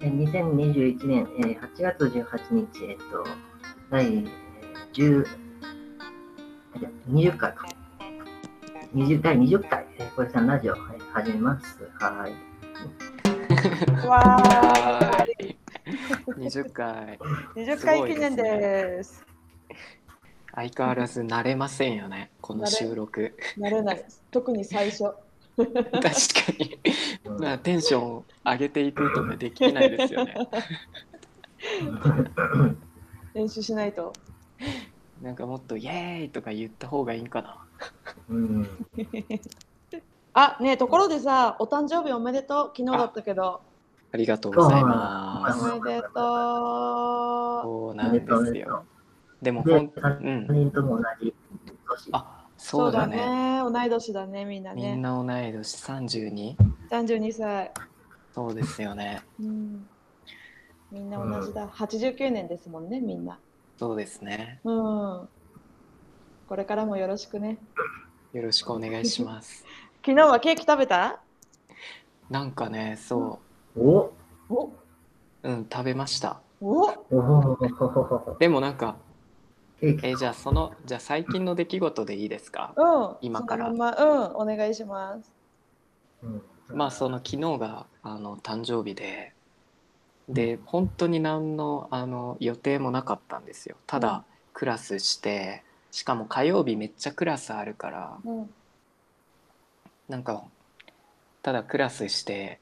えー2021年、えー8月18日、えっと、第10あじゃあ20回か。20第20回、えー、小池さんラジオ、はい、始めます。はーい。わはーい。ーい。20回。 20回記念です。相変わらず慣れませんよね、この収録。慣れないです。特に最初。確かに。まあ、テンションを上げていくとかできないですよね。練習しないと。なんかもっとイエーイとか言った方がいいんかな。うん、あ、ねえ、ところでさ、お誕生日おめでとう。昨日だったけど。ありがとうございおます。めでとそうおなんめででとうおめすでとよう。。でも、で、ほん、う3ん。人とも同じ年。あ、う。そうだね。そうだね同い年だね、みんなみんね。な同い年 32? 32歳。そうですよね。うん。みんな同じだ。89年ですもんね、みんな。そうですね。うん。これからもよろしくね。よろしくお願いします。昨日はケーキ食べたなんかね、そおおう。うん、食べました。おおほほほほほでもなんか、ケーキえーじゃあそのじゃあ最近の出来事でいいですか、うん、今からそのまんま、うん、お願いします。うんまあその昨日があの誕生日でで本当に何のあの予定もなかったんですよたうんだクラスしてしかも火曜日めっちゃクラスあるからうん、なんかただクラスして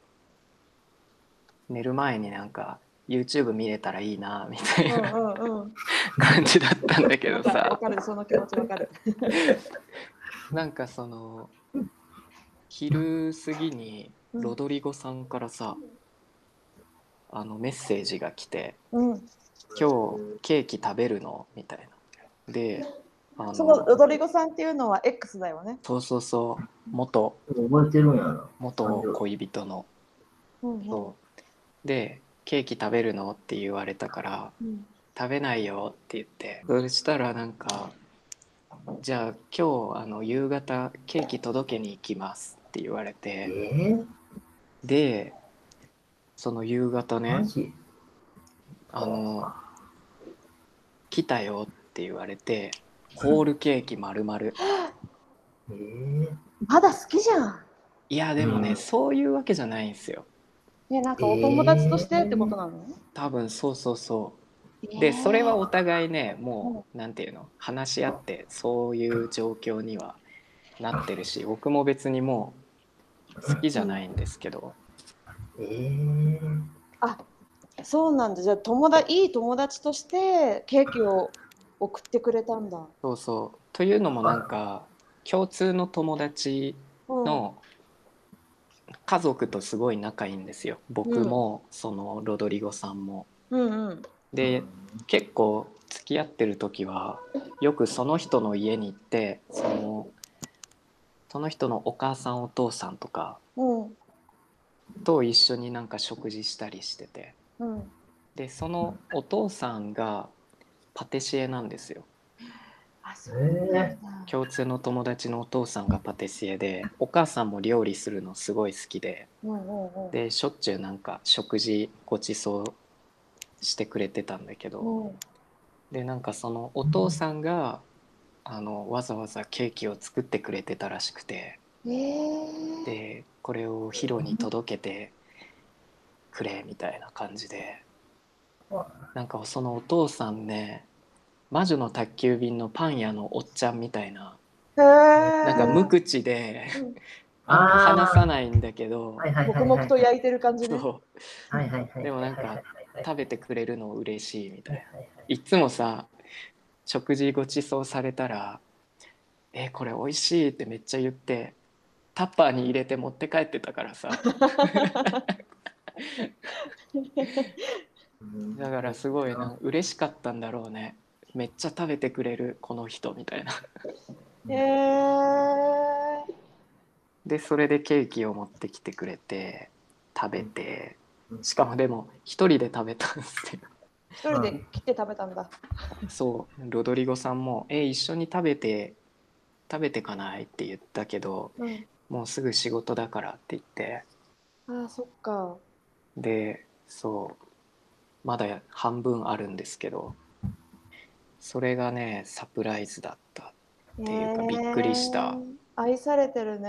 寝る前になんか YouTube 見れたらいいなみたういん、なうん、うん。感じだったんだけどわかるさわかる、 その気持ちわかる。なんかその昼過ぎにうんロドリゴさんからさ、あのメッセージが来てうん、 「今日ケーキ食べるの?」みたいな。であのそのロドリゴさんっていうのは X だよね。そうそうそう元覚えてるんやな。元恋人のうん、うんそうで「ケーキ食べるの?」って言われたからうん、 「食べないよ」って言ってそしたらなんか「じゃあ今日あの夕方ケーキ届けに行きます」って言われて。えー、でその夕方マねジ「あの来たよ」って言われてホールケーキ丸々えー、まだ好きじゃん。いやでもね、うんそういうわけじゃないんですよね、なんかお友達としてってことなの、多分そうそうそうでそれはお互いねもうなんていうの話し合ってそういう状況にはなってるし僕も別にもう好きじゃないんですけどえー、あ、そうなんだ。じゃあ友達いい友達としてケーキを送ってくれたんだ。そうそうというのもなんか共通の友達うん、の家族とすごい仲いいんですよ僕も、そのロドリゴさんも。うん、うん。で、結構付き合ってる時はよくその人の家に行ってそのその人のお母さんお父さんとかうん、と一緒になんか食事したりしててうん。でそのお父さんがパティシエなんですよあ、そうなんだ。共通の友達のお父さんがパティシエでお母さんも料理するのすごい好きでうん、うん、うん。でしょっちゅうなんか食事ごちそうしてくれてたんだけど、うん、でなんかそのお父さんが、あのわざわざケーキを作ってくれてたらしくてえー、でこれをヒロに届けてくれみたいな感じでなんかそのお父さんね魔女の宅急便のパン屋のおっちゃんみたいなへーなんか無口でうんあー話さないんだけどはいはいはい黙はい々と焼いてる感じね。そうはいはいはい。でもなんかはいはい食べてくれるの嬉しいみたいな。はいいっつもさ食事ごちそうされたら「えこれ美味しい」ってめっちゃ言ってタッパーに入れて持って帰ってたからさうんだからすごいな嬉しかったんだろうねめっちゃ食べてくれるこの人みたいな へえでそれでケーキを持ってきてくれて食べてしかもでも一人で食べたんですよ一人で切って食べたんだ。そうロドリゴさんも「え一緒に食べて食べてかない?」って言ったけどうん、もうすぐ仕事だからって言ってああ、そっか。でそうまだ半分あるんですけどそれがねサプライズだったっていうかねえびっくりした愛されてるね、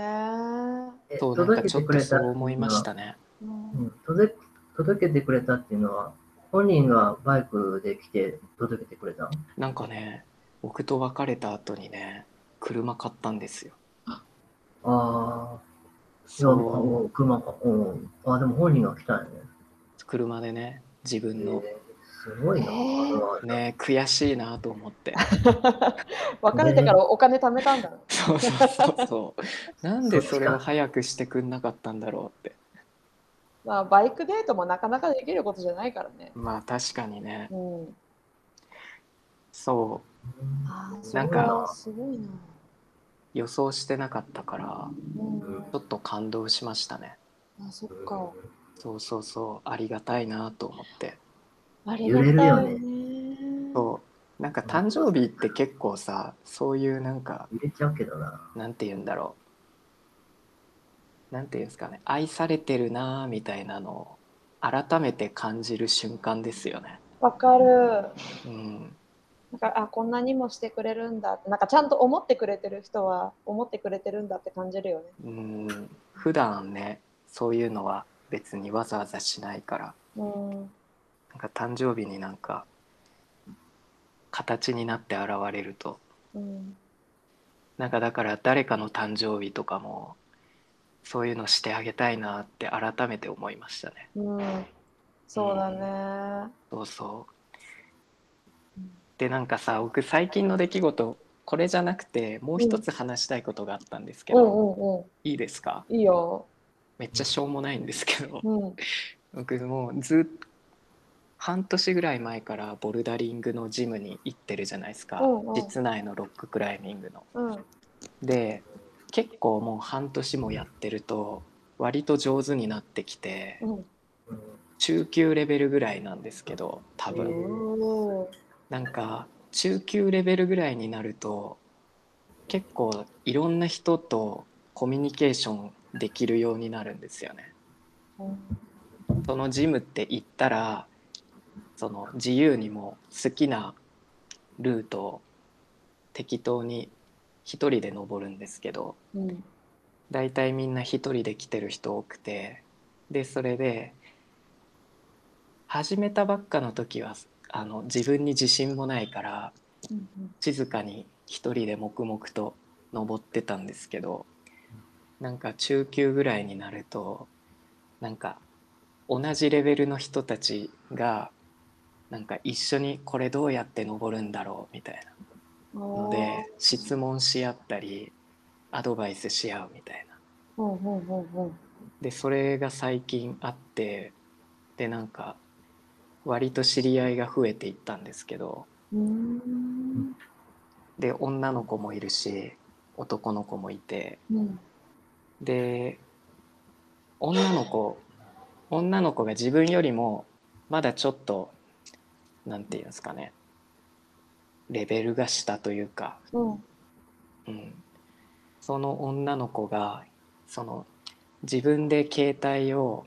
えとなんかちょっとそう思いましのはたねうんうん届け届けてくれたっていうのは、本人がバイクで来て届けてくれたのなんかね僕と別れた後にね車買ったんですよああ、いや、そお車か。うん。あ、でも本人が来たんやね。う車でね自分のえーすごいな、えーあれはね悔しいなと思って 別れてからお金貯めたんだろそうそうそうそうなんでそれを早くしてくんなかったんだろうってまあ、バイクデートもなかなかできることじゃないからね。まあ確かにねうん、そうあーなんかすごいな。予想してなかったからうん、ちょっと感動しましたねあそっうんか。そうそうそうありがたいなと思ってありが揺たれるよねいね。そうなんか誕生日って結構さそういうなんか入れちゃうけどな。なんて言うんだろうなんて言うんですかね愛されてるなーみたいなのを改めて感じる瞬間ですよねわかる。うんなんかあこんなにもしてくれるんだってなんかちゃんと思ってくれてる人は思ってくれてるんだって感じるよね。うん普段ねそういうのは別にわざわざしないからうん、なんか誕生日になんか形になって現れるとうん、なんかだから誰かの誕生日とかもそういうのしてあげたいなって改めて思いましたねうん、そうだね。そうそううんでなんかさ僕最近の出来事これじゃなくてもう一つ話したいことがあったんですけうど、んうんういいですかん、いいよ。めっちゃしょうもないんですけど うん、僕もうずっ半年ぐらい前からボルダリングのジムに行ってるじゃないですか、うんうん室内のロッククライミングの。うん、で結構もう半年もやってると割と上手になってきてうん。うん中級レベルぐらいなんですけど多う分んおーなんか中級レベルぐらいになると結構いろんな人とコミュニケーションできるようになるんですよね。うんそのジムって行ったらその自由にも好きなルートを適当に一人で登るんですけどうん大体みんな一人で来てる人多くてでそれで始めたばっかの時はあの自分に自信もないからうんうん静かに一人で黙々と登ってたんですけどなんか中級ぐらいになるとなんか同じレベルの人たちがなんか一緒にこれどうやって登るんだろうみたいなので質問し合ったりアドバイスし合うみたいな。うんうんうんうんでそれが最近あってでなんか割と知り合いが増えていったんですけどうーんで女の子もいるし男の子もいてうんで女の子女の子が自分よりもまだちょっとなんていうんですかねレベルが下というか、うんうん、その女の子がその自分で携帯を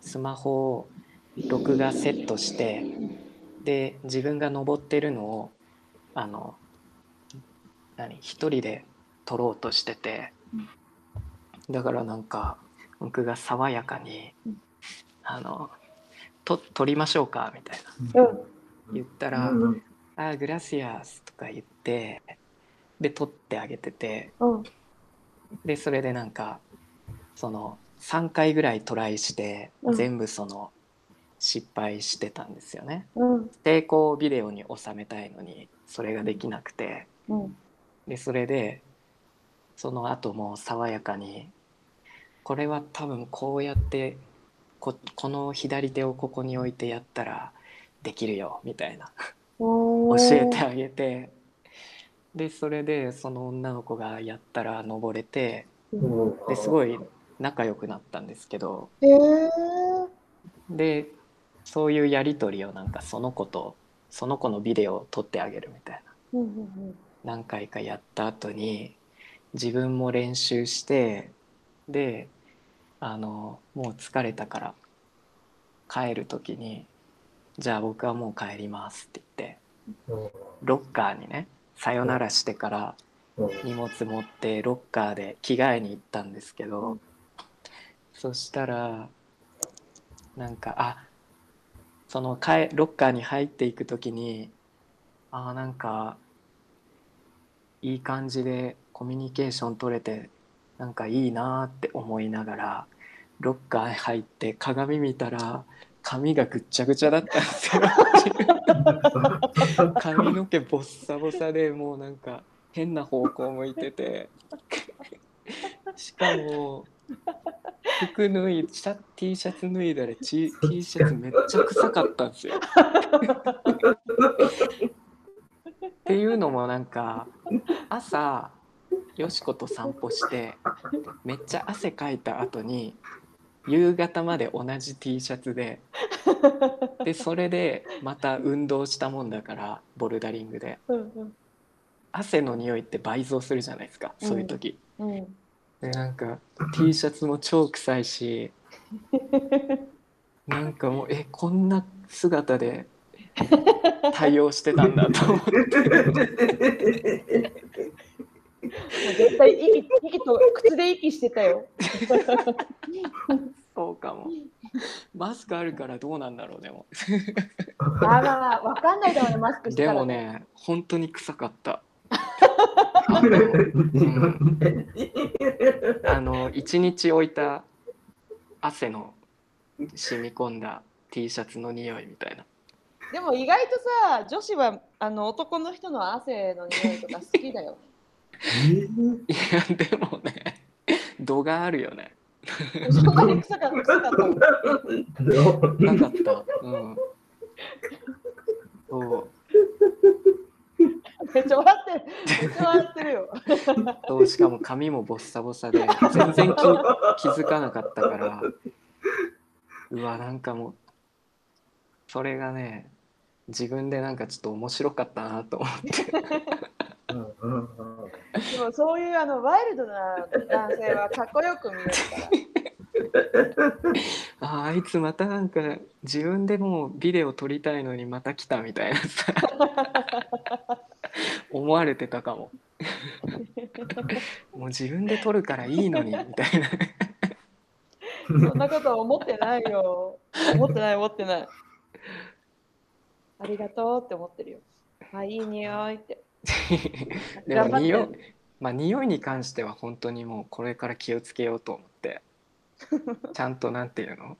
スマホを録画セットしてで自分が登ってるのをあの何一人で撮ろうとしててだからなんか僕が爽やかにうん「あのと撮りましょうか」みたいな言ったらうんうん「あーグラシアス」とか言ってで撮ってあげててうんでそれでなんかその3回ぐらいトライしてうん全部その失敗してたんですよね。うん成功をビデオに収めたいのにそれができなくてうんでそれでその後も爽やかにこれは多分こうやってここの左手をここに置いてやったらできるよみたいな教教えてあげてでそれでその女の子がやったら登れてですごい仲良くなったんですけどえーでそういうやり取りをなんかその子とその子のビデオを撮ってあげるみたいなうんうん何回かやった後に自分も練習してであのもう疲れたから帰る時に「じゃあ僕はもう帰ります」って言ってうんロッカーにねさよならしてからうん荷物持ってロッカーで着替えに行ったんですけど、そしたらなんかあそのかえロッカーに入っていく時にあーなんかいい感じでコミュニケーション取れてなんかいいなーって思いながらロッカー入って鏡見たら髪がぐっちゃぐちゃだったんですよ。髪の毛ボッサボサでもうなんか変な方向向いててしかも服脱いシャ T シャツ脱いだらチ T シャツめっちゃ臭かったんですよ。っていうのもなんか朝よしこと散歩してめっちゃ汗かいた後に夕方まで同じ T シャツででそれでまた運動したもんだからボルダリングでうん汗の匂いって倍増するじゃないですかそういう時、うんうんでなんか T シャツも超臭いしなんかもうえこんな姿で対応してたんだと思 ってもう絶対息息と口で息してたよ。そうかもマスクあるからどうなんだろうでもあら、わかんないだろうね、マスクしたでら。も。ね本当に臭かったあの一日置いた汗の染み込んだ T シャツの匂いみたいなでも意外とさ、女子はあの男の人の汗の匂いとか好き だよ。いやでもね度があるよねそこで臭かった臭かったの。なかったうんそうめっちゃ笑ってる。めっちゃ笑ってるよ。そうしかも髪もボッサボサで全然気気づかなかったからうわなんかもうそれがね自分でなんかちょっと面白かったなと思ってでもそういうあのワイルドな男性はかっこよく見えるから。あーあいつまたなんか自分でもうビデオ撮りたいのにまた来たみたいなさ思われてたかももう自分で撮るからいいのにみたいなそんなことは思ってないよ。思ってない、思ってない。ありがとうって思ってるよ。あ、いい匂いって。でも頑張って匂い、まあ、匂いに関しては本当にもうこれから気をつけようと思って ちゃんとなんていうの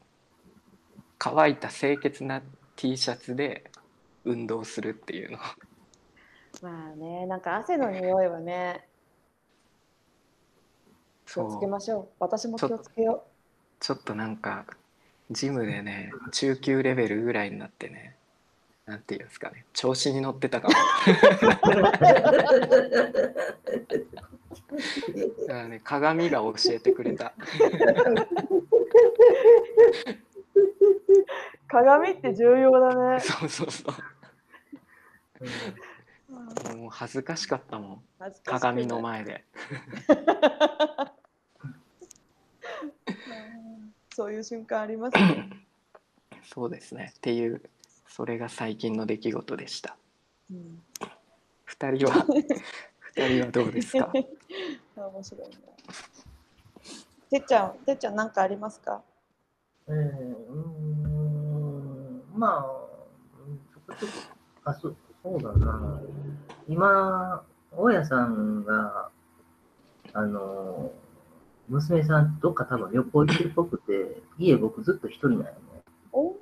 乾いた清潔な T シャツで運動するっていうのまあね、なんか汗の匂いはね、気をつけそうましょう。私も気をつけよちょっとなんかジムでね中級レベルぐらいになってねなんていうんですかね調子に乗って たかもだからね鏡が教えてくれたう。鏡って重要だね。そうそうそうもう恥ずかしかったもん恥ずかしくない鏡の。前でうん そういう瞬間ありますね。そうですねっていうそれが最近の出来事でしたうん二人は二人はどうですか あ面白いね。てっちゃん、てっちゃんなんかありますかえーうーんまあ、うんちょこちょこ、あ、そそうだな。今、大家さんが、あの、娘さん、どっか多分旅行行ってるっぽくて、家僕ずっと一人なんよね。お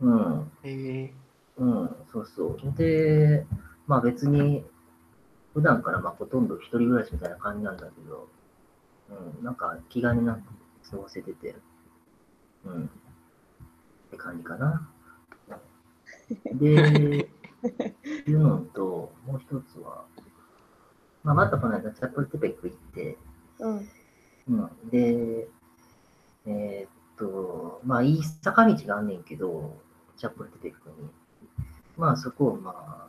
うん。 えうん、そうそう。で、まあ別に、普段からまあほとんど一人暮らしみたいな感じなんだけど、うん、なんか気兼ねなく過ごせてて、うん、って感じかな。で、っていうのと、もう一つは、まあまたこの間チャップルテペック行って、うん。うん、で、えーっと、まあ、いい坂道があんねんけど、チャップルテペックに。まあ、そこをまあ、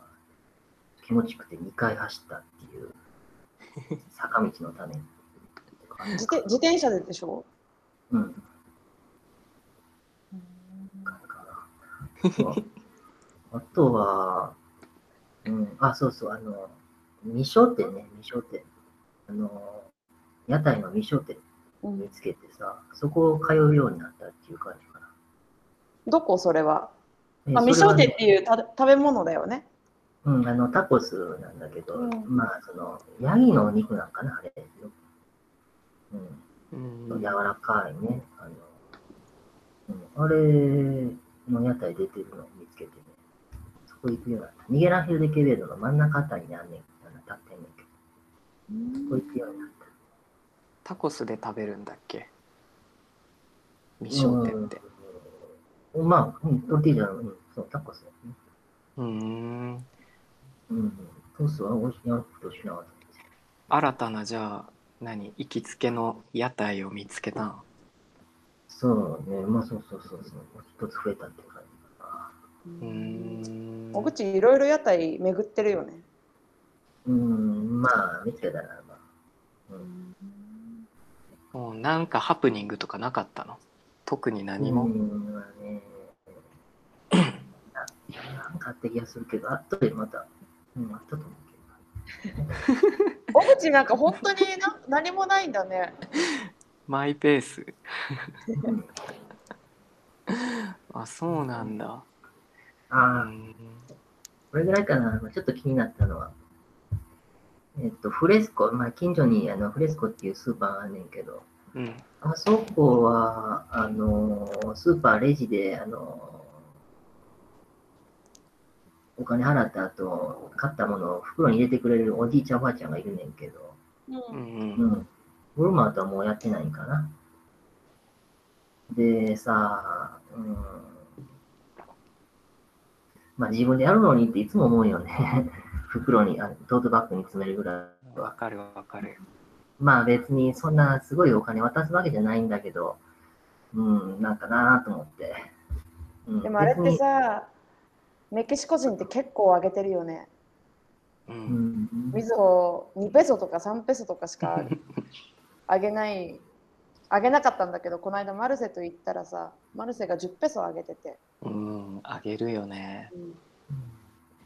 気持ちよくて2回走ったっていう、 坂道のために。自転自転車ででしょうん、うんかなそうあとは、うん、あ、そうそう、あの、未商店ね、未商店。あの、屋台の未商店うん見つけてさ、そこを通うようになったっていう感じかな。どこそれは。えまあ、未それ商はね店っていうた食べ物だよね。うん、あの、タコスなんだけど、うんまあ、その、ヤギのお肉なんかな、あれ。うん、うん柔らかいね。あの、うん、あれの屋台出てるのを見つけてね、そこ行くようになった。ミゲランヒルデケベードの真ん中あたりにあんねん、あの立ってんねんけど、そこ行くようになった。タコスで食べるんだっけ未商店ってうん。まあ、うん、トルティージャの、うん、そう、タコスだよね。うんうん、ソースは美味しいなことしなかったです。新たなじゃあ何行きつけの屋台を見つけたんそうね、まあそうそうそうそう、一つ増えたって感じかな。うーんお口いろいろ屋台巡ってるよね。うん、まあ、見つけたら、まあ。うんもうなんかハプニングとかなかったの特に何も、うん、まあね。ななんかあった気がするけど、あとでまた、うん、あったと思うお口なんか本当にな何もないんだね。マイペー スけど。うん、あそうなんだ、うああ、ん、これぐらいかな、ちょっと気になったのは。えっと、フレスコ、まあ、近所にあのフレスコっていうスーパーがあんねんけど、うん、あそこは、あのースーパーレジで、あのーお金払った後、買ったものを袋に入れてくれるおじいちゃんおばあちゃんがいるねんけど、ううんうんう、ん。ウルマートはもうやってないんかな。で、さ、うん。まあ自分でやるのにっていつも思うよね。袋に、あトートバッグに詰めるぐらいはわ。かるわかるまあ別にそんなすごいお金渡すわけじゃないんだけど、うん、なんかなと思って。うんん、でもあれっ別てにさ、メキシコ人って結構上げてるよね。ううんん、みずほ2ペソとか3ペソとか しか上げない、上げなかったんだけど、この間マルセと行ったらさ、マルセが10ペソ上げてて。うんあげるよね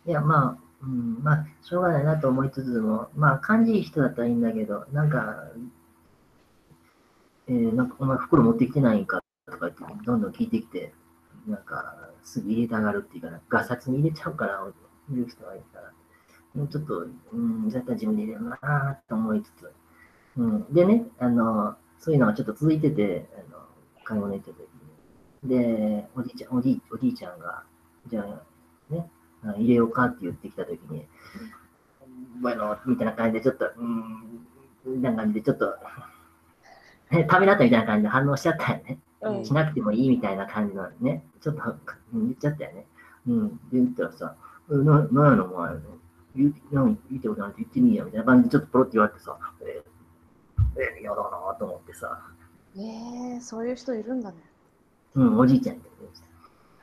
いや、まあ、うん、まあ、しょうがないなと思いつつも、まあ、感じいい人だったらいいんだけど、なんか、えーなんか、お前袋持ってきてないんかとか言って、どんどん聞いてきて、なんか、すぐ入れたがるっていうかな、ガサツに入れちゃうから、言う人がいるから、もうちょっと、うん、絶対自分で入れるなと思いつつ、うん、でね、あの、そういうのがちょっと続いてて、あの買い物行った時に。で、おじいちゃん、おじいおじいちゃんが、じゃあ、あ入れようかって言ってきたときに、bueno、みたいな感じで、ちょっと、うーん、みたいな感じで、ちょっと、えためらったみたいな感じで反応しちゃったよね。うんしなくてもいいみたいな感じのね、ちょっとうん言っちゃったよね。うん、で言ったらさ、えななんやのお前、言うなん言ってことなんて言ってみいやみたいな感じで、ちょっとポロって言われてさ、ええ嫌だなと思ってさ、えー、そういう人いるんだね。うん、おじいちゃんって言ってさ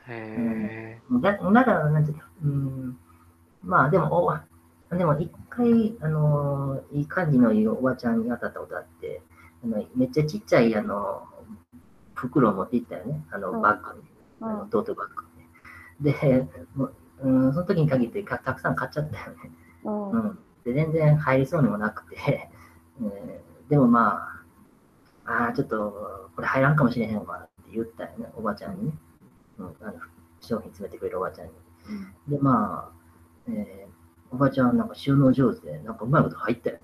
へえだだから、なんていうのうん、まあでも、おでも一回、あのーいい感じのいいおばちゃんに当たったことあって、あのめっちゃちっちゃい、あの袋を持って行ったよね、あのうんバッグに、うあのん、トートバッグに。で、もううん、その時に限ってかたくさん買っちゃったよね。うんう、ん、で全然入りそうにもなくて、 えーでもまあ、ああー、ちょっとこれ入らんかもしれへんわって言ったよね、おばちゃんにね、うん、あの商品詰めてくれるおばちゃんに。で、まあ、えーおばちゃんなんか収納上手で、なんかうまいこと入ったよ。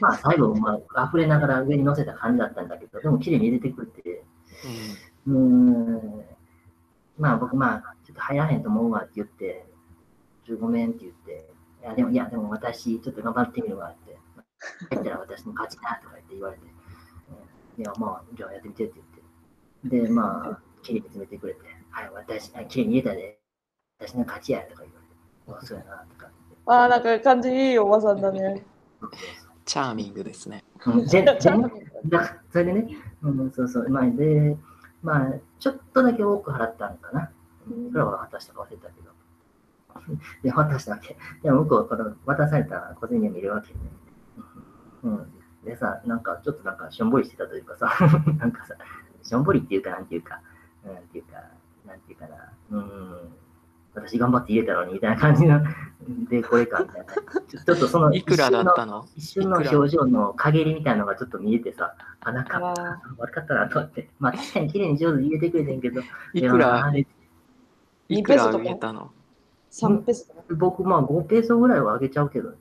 まあ、最後、まあ、溢れながら上に乗せた感じだったんだけど、でも綺麗に入れてくれて、うーん、まあ僕、まあ、ちょっと入らへんと思うわって言って、ちょごめんって言って、いや、でも、いや、でも私、ちょっと頑張ってみるわって、入ったら私の勝ちだとか言って言われて、うんいや、まあ、じゃあやってみてって言って、で、まあ、綺麗に詰めてくれて、はい、私、あ綺麗に入れたで、私の勝ちやとか言われて、あそうやなとかああ、なんか感じいいおばさんだね。言って。チャーミングですねうん 全ちゃん全とだそれでね、うん、そうそう、まあ、で、まあ、ちょっとだけ多く払ったのかな。いくらは渡したか忘れたけど。 で、渡したわけ。でも、向こう、この渡された小銭を見るわけね。うん。でさ、なんか、ちょっと なんか、しょんぼりしてたというかさ、なんかさ、しょんぼりっていうか、なんていうか、うん、っていうか、なんていうかな、うーん、私頑張って入れたのにみたいな感じの、 で、これかみたいな。ちょちょっとそのいくらだったの一瞬の一瞬の表情の陰りみたいなのがちょっと見えてさ、あ、なんか、あ悪かったなと思って、まあ確かに綺麗に上手に入れてくれてんけど、いくやらあれいくらあげたの3ペスト。僕、まあ5ペースぐらいは上げちゃうけどね。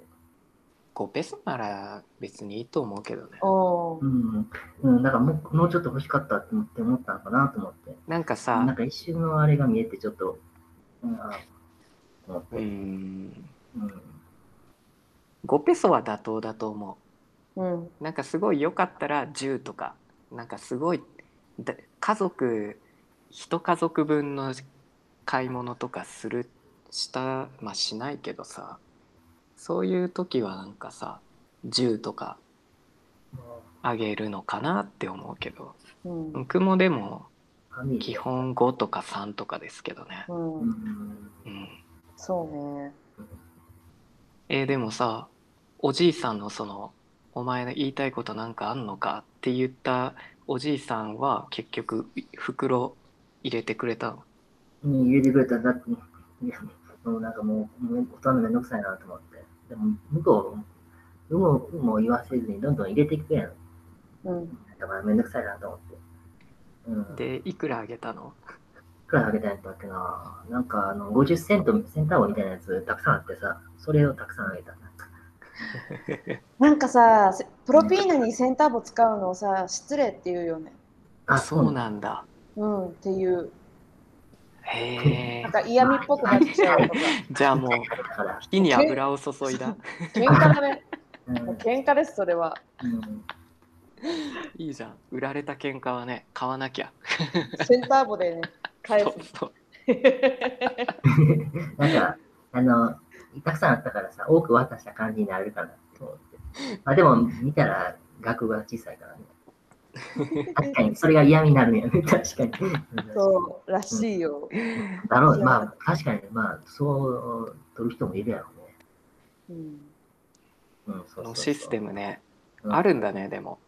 5ペソなら別にいいと思うけどねおうーん、うん、だからもうもうちょっと欲しかったって思って思ったのかなと思って、なんかさなんか一瞬のあれが見えて、ちょっと、うん、あと思っうて、んうん、 5ペソは妥当だと思うん。うなんかすごい良かったら10とかなんかすごいだ家族一家族分の買い物とかするしたまあしないけどさそういう時はなんかさ10とかあげるのかなって思うけどうん。僕もでも神基本5とか3とかですけどね、う。うんん、うん、そうね。えーでもさおじいさんのその「お前の言いたいことなんかあんのか?」って言ったおじいさんは結局袋入れてくれたのうん入れてくれたらだって、いや、もうなんかもう、もう大人めんどくさいなと思って。でも、向こう、向こうも言わせずにどんどん入れていくやん。うん。だからめんどくさいなと思って。うん、で、いでいくらあげたのくらあげたんやったっけな。なんかあの、50セント、センターみたいなやつたくさんあってさ、それをたくさんあげた。なんかなんかさ、せプロピーヌにセンターボ使うのさ、失礼って言うよね。あ、そうだ。なんだうん。っていう。へえ なんか嫌味っぽくなっちゃうとか。じゃあもうだから、火に油を注いだ喧嘩だね。うん、もう喧嘩です、それは。うん、いいじゃん売られた喧嘩はね買わなきゃセンターボでね、返そうす。そうなんか、あの、たくさんあったからさ、多く渡した感じになるかなと思って。まあでも、見たら額が小さいからね。確かに、それが嫌味になるんやね、 確かに。そう、らしいよ。だろう、まあ確かに、まあそう取る人もいるやろうね。うん。うん、そうそこうそうのシステムねうんあるんだねでも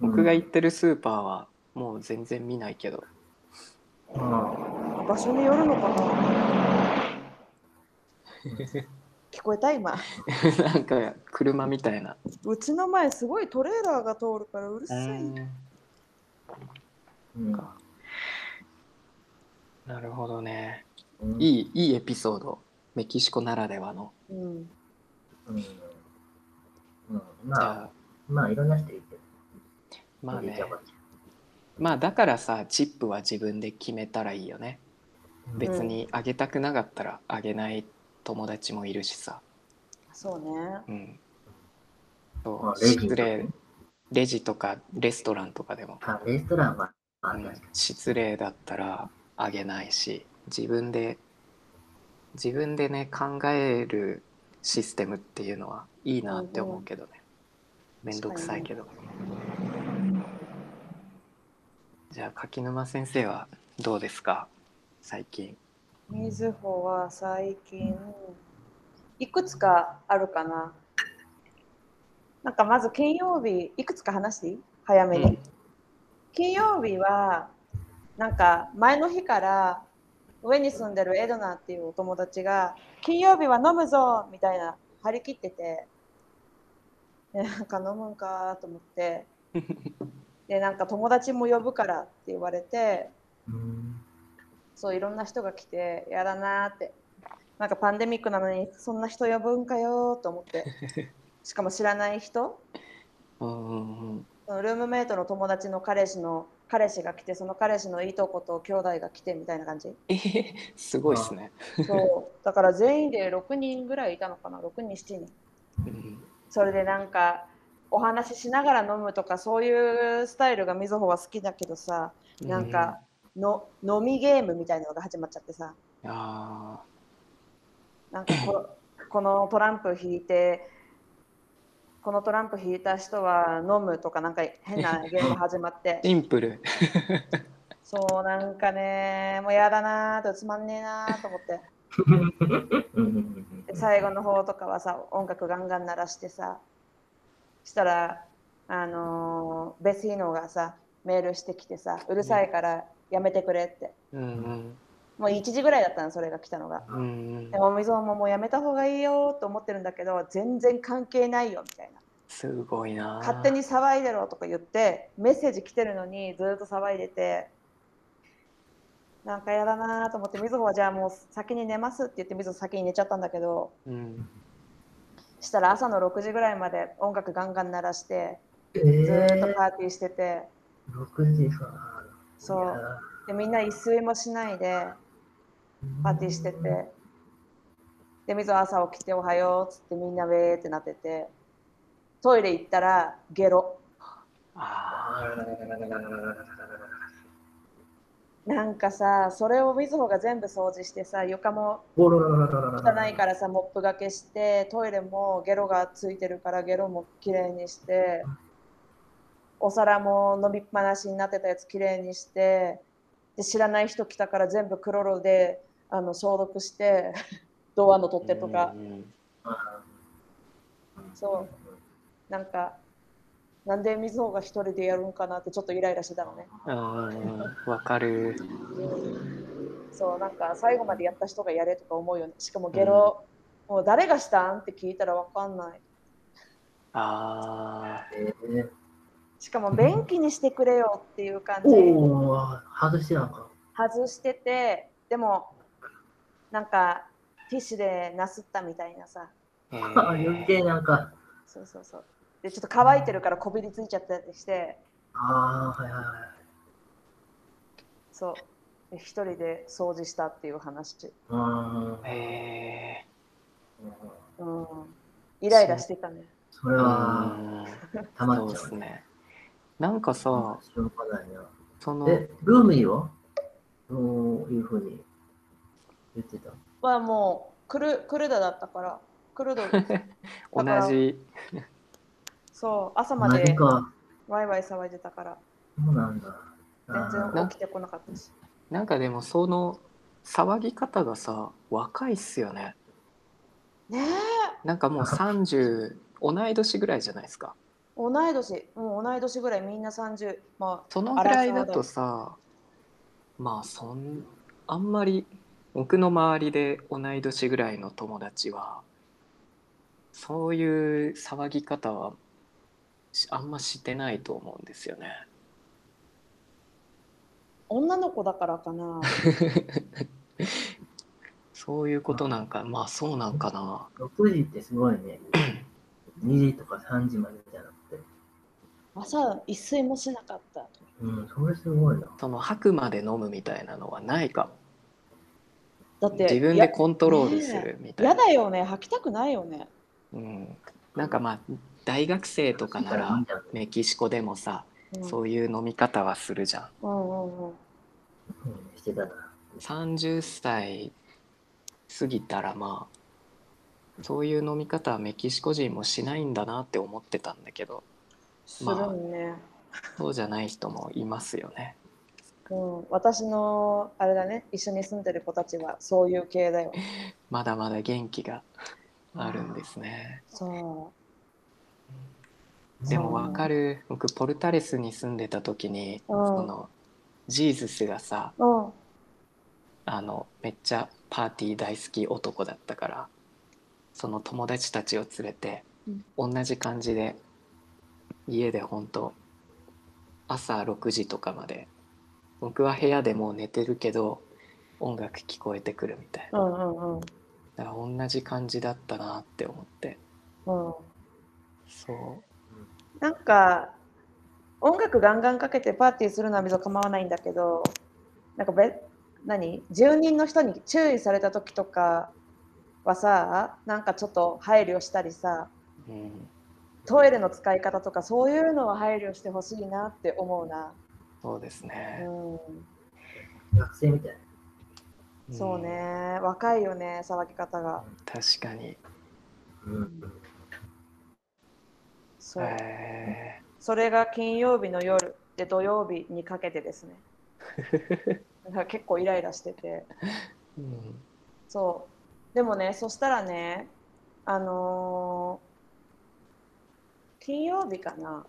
僕がうん行ってるスーパーはもう全然見ないけど うん場所によるのかな聞こえた 今。なんか車みたいな。うちの前すごいトレーラーが通るからうるさい。うんなるほどね。うんいいいいエピソード。メキシコならではの。うん。うんうんじまあ、ゃあまあいろんな人いるけど。まあおじいねちゃんおばあちまあだからさチップは自分で決めたらいいよね。ゃん別にあげたくなかったらあげない友達もいるしさ。そうね。うん。まそあうレジとかね失礼レジとかレストランとかでも、あレストランは、まあう確んかに。失礼だったらあげないし自分で自分でね考えるシステムっていうのはいいなって思うけどねめんどくさいけど、じゃあ柿沼先生はどうですか最近みずほは最近いくつかあるかな。なんかまず金曜日いくつか話していい早めに。うん金曜日はなんか前の日から上に住んでるエドナっていうお友達が金曜日は飲むぞみたいな張り切っててでなんか飲むんかと思って でなんか友達も呼ぶからって言われてうんそういろんな人が来てやだなーってなんかパンデミックなのにそんな人呼ぶんかよーと思ってしかも知らない人うんうんうんそのルームメイトの友達の彼氏の彼氏が来てその彼氏のいとこと兄弟が来てみたいな感じえへへすごいですね、そうだから全員で6人ぐらいいたのかな6人7人うんそれでなんかお話ししながら飲むとかそういうスタイルがみずほは好きだけどさなんか、の飲みゲームみたいなのが始まっちゃってさうんあなんかこ このトランプ引いてこのトランプ引いた人は飲むとかなんか変なゲーム始まっー てシンプルそうなんかねもうやだなーとつまんねえなーと思ってうんで最後の方とかはさ音楽ガンガン鳴らしてさしたらあのーベスヒーノがさメールしてきてさうるさいからやめてくれってうんもう1時ぐらいだったのそれが来たのがうんうんでもみぞももうやめた方がいいよと思ってるんだけど全然関係ないよみたいなすごいな勝手に騒いでろとか言ってメッセージ来てるのにずっと騒いでてなんかやだなと思ってみずほはじゃあもう先に寝ますって言ってみずほ先に寝ちゃったんだけどうんしたら朝の6時ぐらいまで音楽ガンガン鳴らしてえずっとー、パーティーしてて6時か。そいやうでみんな一睡もしないでーパーティーしててでみずほ朝起きておはようっつってみんなウェーってなっててトイレ行ったらゲロああらららららららららららなんかさそれをみずほが全部掃除してさ床もおらららららららら汚いからさモップがけしてトイレもゲロがついてるからゲロもきれいにしてお皿も飲みっぱなしになってたやつきれいにしてで知らない人来たから全部クロロであの消毒して ドアの取っ手とかうんうんあーそうなんかなんで水穂が一人でやるんかなってちょっとイライラしてたのねうんうんわかるそうなんか最後までやった人がやれとか思うよねしかもゲロ、もう誰がしたんって聞いたらわかんないあえーしかも便器にしてくれよっていう感じおお、外してたのか。外しててでもなんかティッシュでなすったみたいなさーえあ余ー計なんか、そうそうそうでちょっと乾いてるからこびりついちゃったりしてああ、はいはいはい。そうで一人で掃除したっていう話、うーん。えうん、イライラしてたねそれーは、うんたまそっうでちゃうすね。ねなんかさしょうがないな。そのえ、ルーミーはどういうふうに言ってたはもうクルクルダだったからクルド同だからじそう朝ま同じでか。ワイワイ騒いでたからそうなんだ。全あ然起きてこなかったしなんかでもその騒ぎ方がさ若いっすよねねえなんかもう30同い年ぐらいじゃないですか同い年もう同い年ぐらいみんな30まあそのぐらいだとさまあそんあんまり僕の周りで同い年ぐらいの友達はそういう騒ぎ方はしあんましてないと思うんですよね。女の子だからかなそういうことなんかまあそうなんかな。ー6時ってすごい ね。2時とか3時までじゃなくて。朝一睡もしなかったうん、それすごいな。その吐くまで飲むみたいなのはないかも。だって自分やでコントロールするみたいな。やだよね吐きたくないよねうん、なんかまあ大学生とかならメキシコでもさうんそういう飲み方はするじゃん。うんうんうんうんしてたな。 30歳過ぎたらまあそういう飲み方はメキシコ人もしないんだなって思ってたんだけどするんね、そうじゃない人もいますよね。うん、私のあれだね一緒に住んでる子たちはそういう系だよまだまだ元気があるんですね。そうでもわかる僕ポルタレスに住んでた時に、うんそのジーズスがさうんあのめっちゃパーティー大好き男だったからその友達たちを連れて、同じ感じで家で本当朝6時とかまで僕は部屋でもう寝てるけど音楽聞こえてくるみたいなうんうんうんだから同じ感じだったなって思ってうんそなんか音楽ガンガンかけてパーティーするのは別に構わないんだけどなんかべ何住人の人に注意された時とかはさなんかちょっと配慮したりさう、うん、トイレの使い方とかそういうのは配慮してほしいなって思うな、そうですね、う学生みたいん、んそうね若いよね騒ぎ方が確かにな。うん。そう、へそれが金曜日の夜で土曜日にかけてですねだから結構イライラしててーうんそう。でもね、そしたらね、あのー金曜日かな、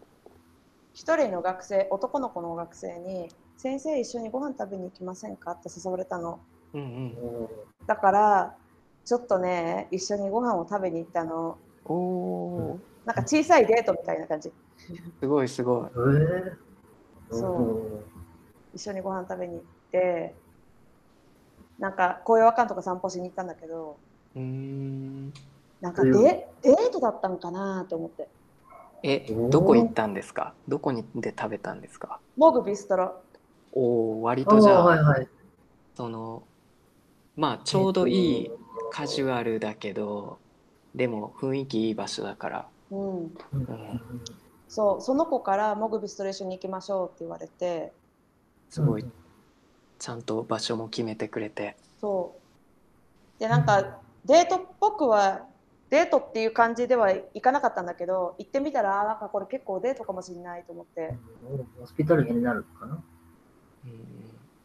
一人の学生男の子の学生に「先生一緒にご飯食べに行きませんか?」って誘われたのうんうん。だからちょっとね一緒にご飯を食べに行ったのおおなんか小さいデートみたいな感じー、すごいすごい。えー、そ一緒にご飯食べに行ってなんか紅葉あかんとか散歩しに行ったんだけどうーん。なんかデ,、デートだったのかなと思ってえおー、どこ行ったんですか。どこにで食べたんですか。モグビストロおお、割おとじーはゃいあ、はい、その。まあ、ちょうどいいカジュュアルだけど。でも、雰囲気いい場所だから。うんアうんそうその子からモグビストロ一緒に行きましょうって言われてすごい、ちゃんと場所も決めてくれて。そうでなんかデートっぽくはデートっていう感じでは行かなかったんだけど行ってみたらあなんかこれ結構デートかもしれないと思ってホスピタルになるのかなうん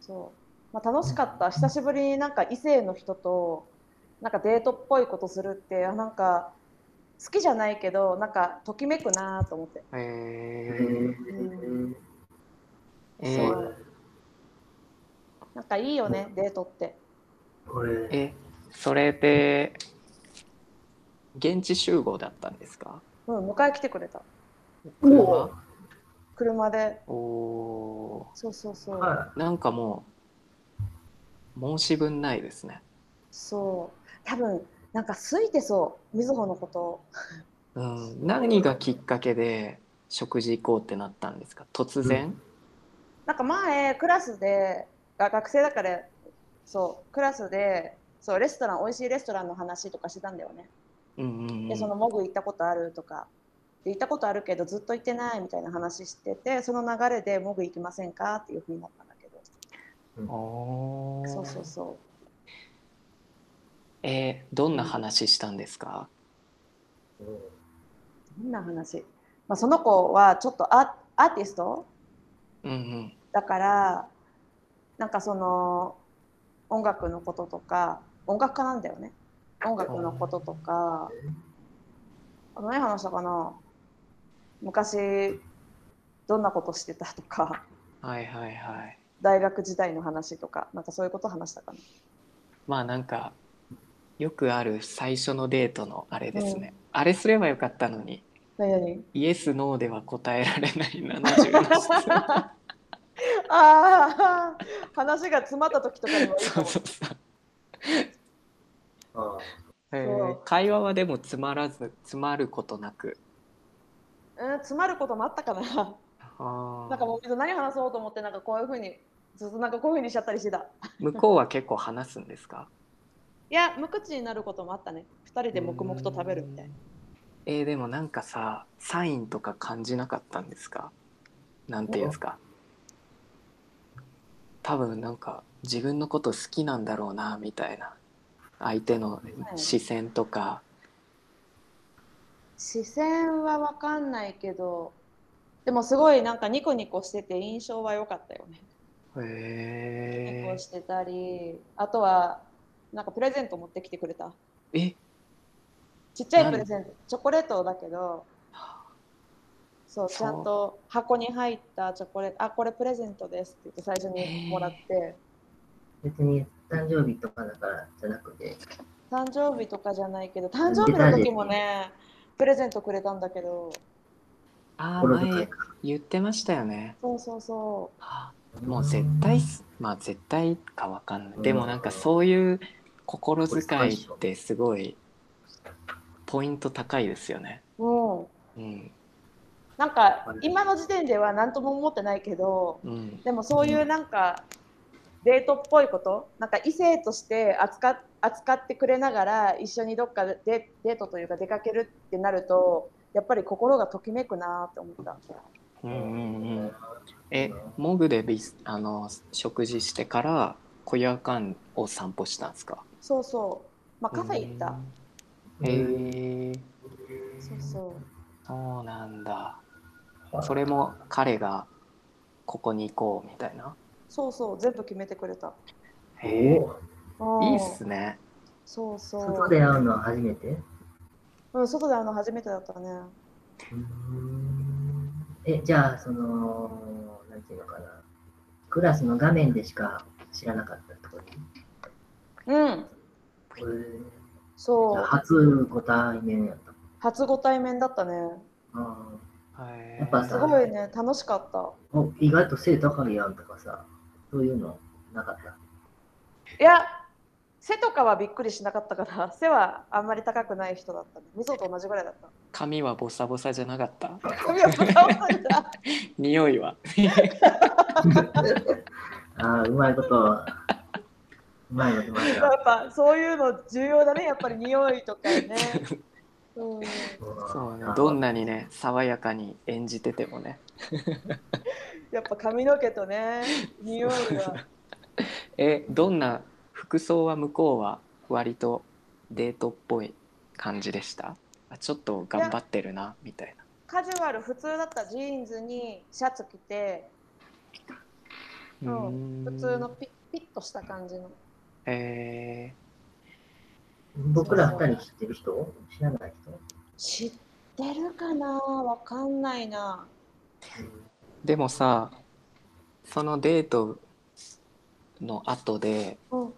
そう、まあ、楽しかった久しぶりになんか異性の人となんかデートっぽいことするってあなんか好きじゃないけどなんかときめくなと思って、へえー、ーえそー、うなんかいいよねデートってこれえ、それで。現地集合だったんですか。うん迎え来てくれたおー車でおおそうそうそう、はー、なんかもう。申し分ないですね。そう多分なんか好いてそうみずほのことうん、何がきっかけで食事行こうってなったんですか突然、なんか前クラスでが学生だからそうクラスでそうレストラン美味しいレストランの話とかしてたんだよね、うんうんうでん、そのモグ行ったことあるとかで行ったことあるけどずっと行ってないみたいな話しててその流れでモグ行きませんかっていうふうになったんだけどおーそうそうそうえーどんな話したんですか、いどんな話、まあ、その子はちょっとアアーティストうんうんだからなんかその音楽のこととか音楽家なんだよね音楽のこととかあ何話したかな昔どんなことしてたとかはいはいはい大学時代の話とかなんかそういうこと話したかなまあなんかよくある最初のデートのあれですね、あれすればよかったのに何々イエスノーでは答えられない77 質問ああ話が詰まった時とかにもいいかそうもそうそう、あーえーそう会話はでもつまらず詰まることなくうん詰まることもあったかなあーなんかもう何話そうと思ってなんかこういうふうにずっとなんかこういうふうにしちゃったりしてた向こうは結構話すんですかいや、無口になることもあったね。二人で黙々と食べるみたいな。えーでもなんかさサインとか感じなかったんですかなんていうんですか多分なんか自分のこと好きなんだろうなみたいな相手の視線とか、視線はわかんないけど、でもすごいなんかニコニコしてて印象は良かったよね。ニコニへコしてたり、あとはなんかプレゼント持ってきてくれた。ええちっちゃいプレゼント、チョコレートだけど、そう、そうちゃんと箱に入ったチョコレート、あ、これプレゼントですって言って最初にもらって、別に誕生日とかだからじゃなくて、誕生日とかじゃないけど、誕生日の時もね、プレゼントくれたんだけど、ああ心深い前か言ってましたよねそうそうそう。はらあもう絶対すまあ絶対かわかんない、でもなんかそういう心遣いってすごいポイント高いですよねうん、うんなんか今の時点では何とも思ってないけどうんでもそういうなんかデートっぽいことなんか異性として扱扱ってくれながら一緒にどっかでデデートというか出かけるってなるとやっぱり心がときめくなって思ったうんうんうんえモグでビスあの食事してから小屋館を散歩したんですかそうそう、まあ、カフェ行ったうんへえそうそうそうなんだそれも彼がここに行こうみたいなそうそう全部決めてくれたおへおうんえいいっすねそうそう外で会うのは初めてうん、外で会うの初めてだったねうーんえ、じゃあ、その、なんていうのかな。クラスの画面でしか知らなかったところうん、に。そこれ、う。初ご対面やった。初ご対面だったね。あはいやっぱすさごいね、楽しかった。ーお意外と背高いやんとかさ、そういうのなかった。いや、背とかはびっくりしなかったから、 背はあんまり高くない人だったね。みそと同じぐらいだった。髪はボサボサじゃなかった 髪をボタボタにした匂いはああ、うまいこと、うまいことましやた。っぱそういうの重要だね、やっぱり匂いとかね。うん、 そうねどんなにね爽やかに演じててもねやっぱ髪の毛とね、匂いは。えどんな服装は向こうは割とデートっぽい感じでしたあちょっと頑張ってるなみたいなカジュアル、普通だったジーンズにシャツ着て、そううーん普通のピッピッとした感じの。え僕ら二人知ってる人知らない人知ってるかなわかんないな。ーでもさそのデートの後でうん、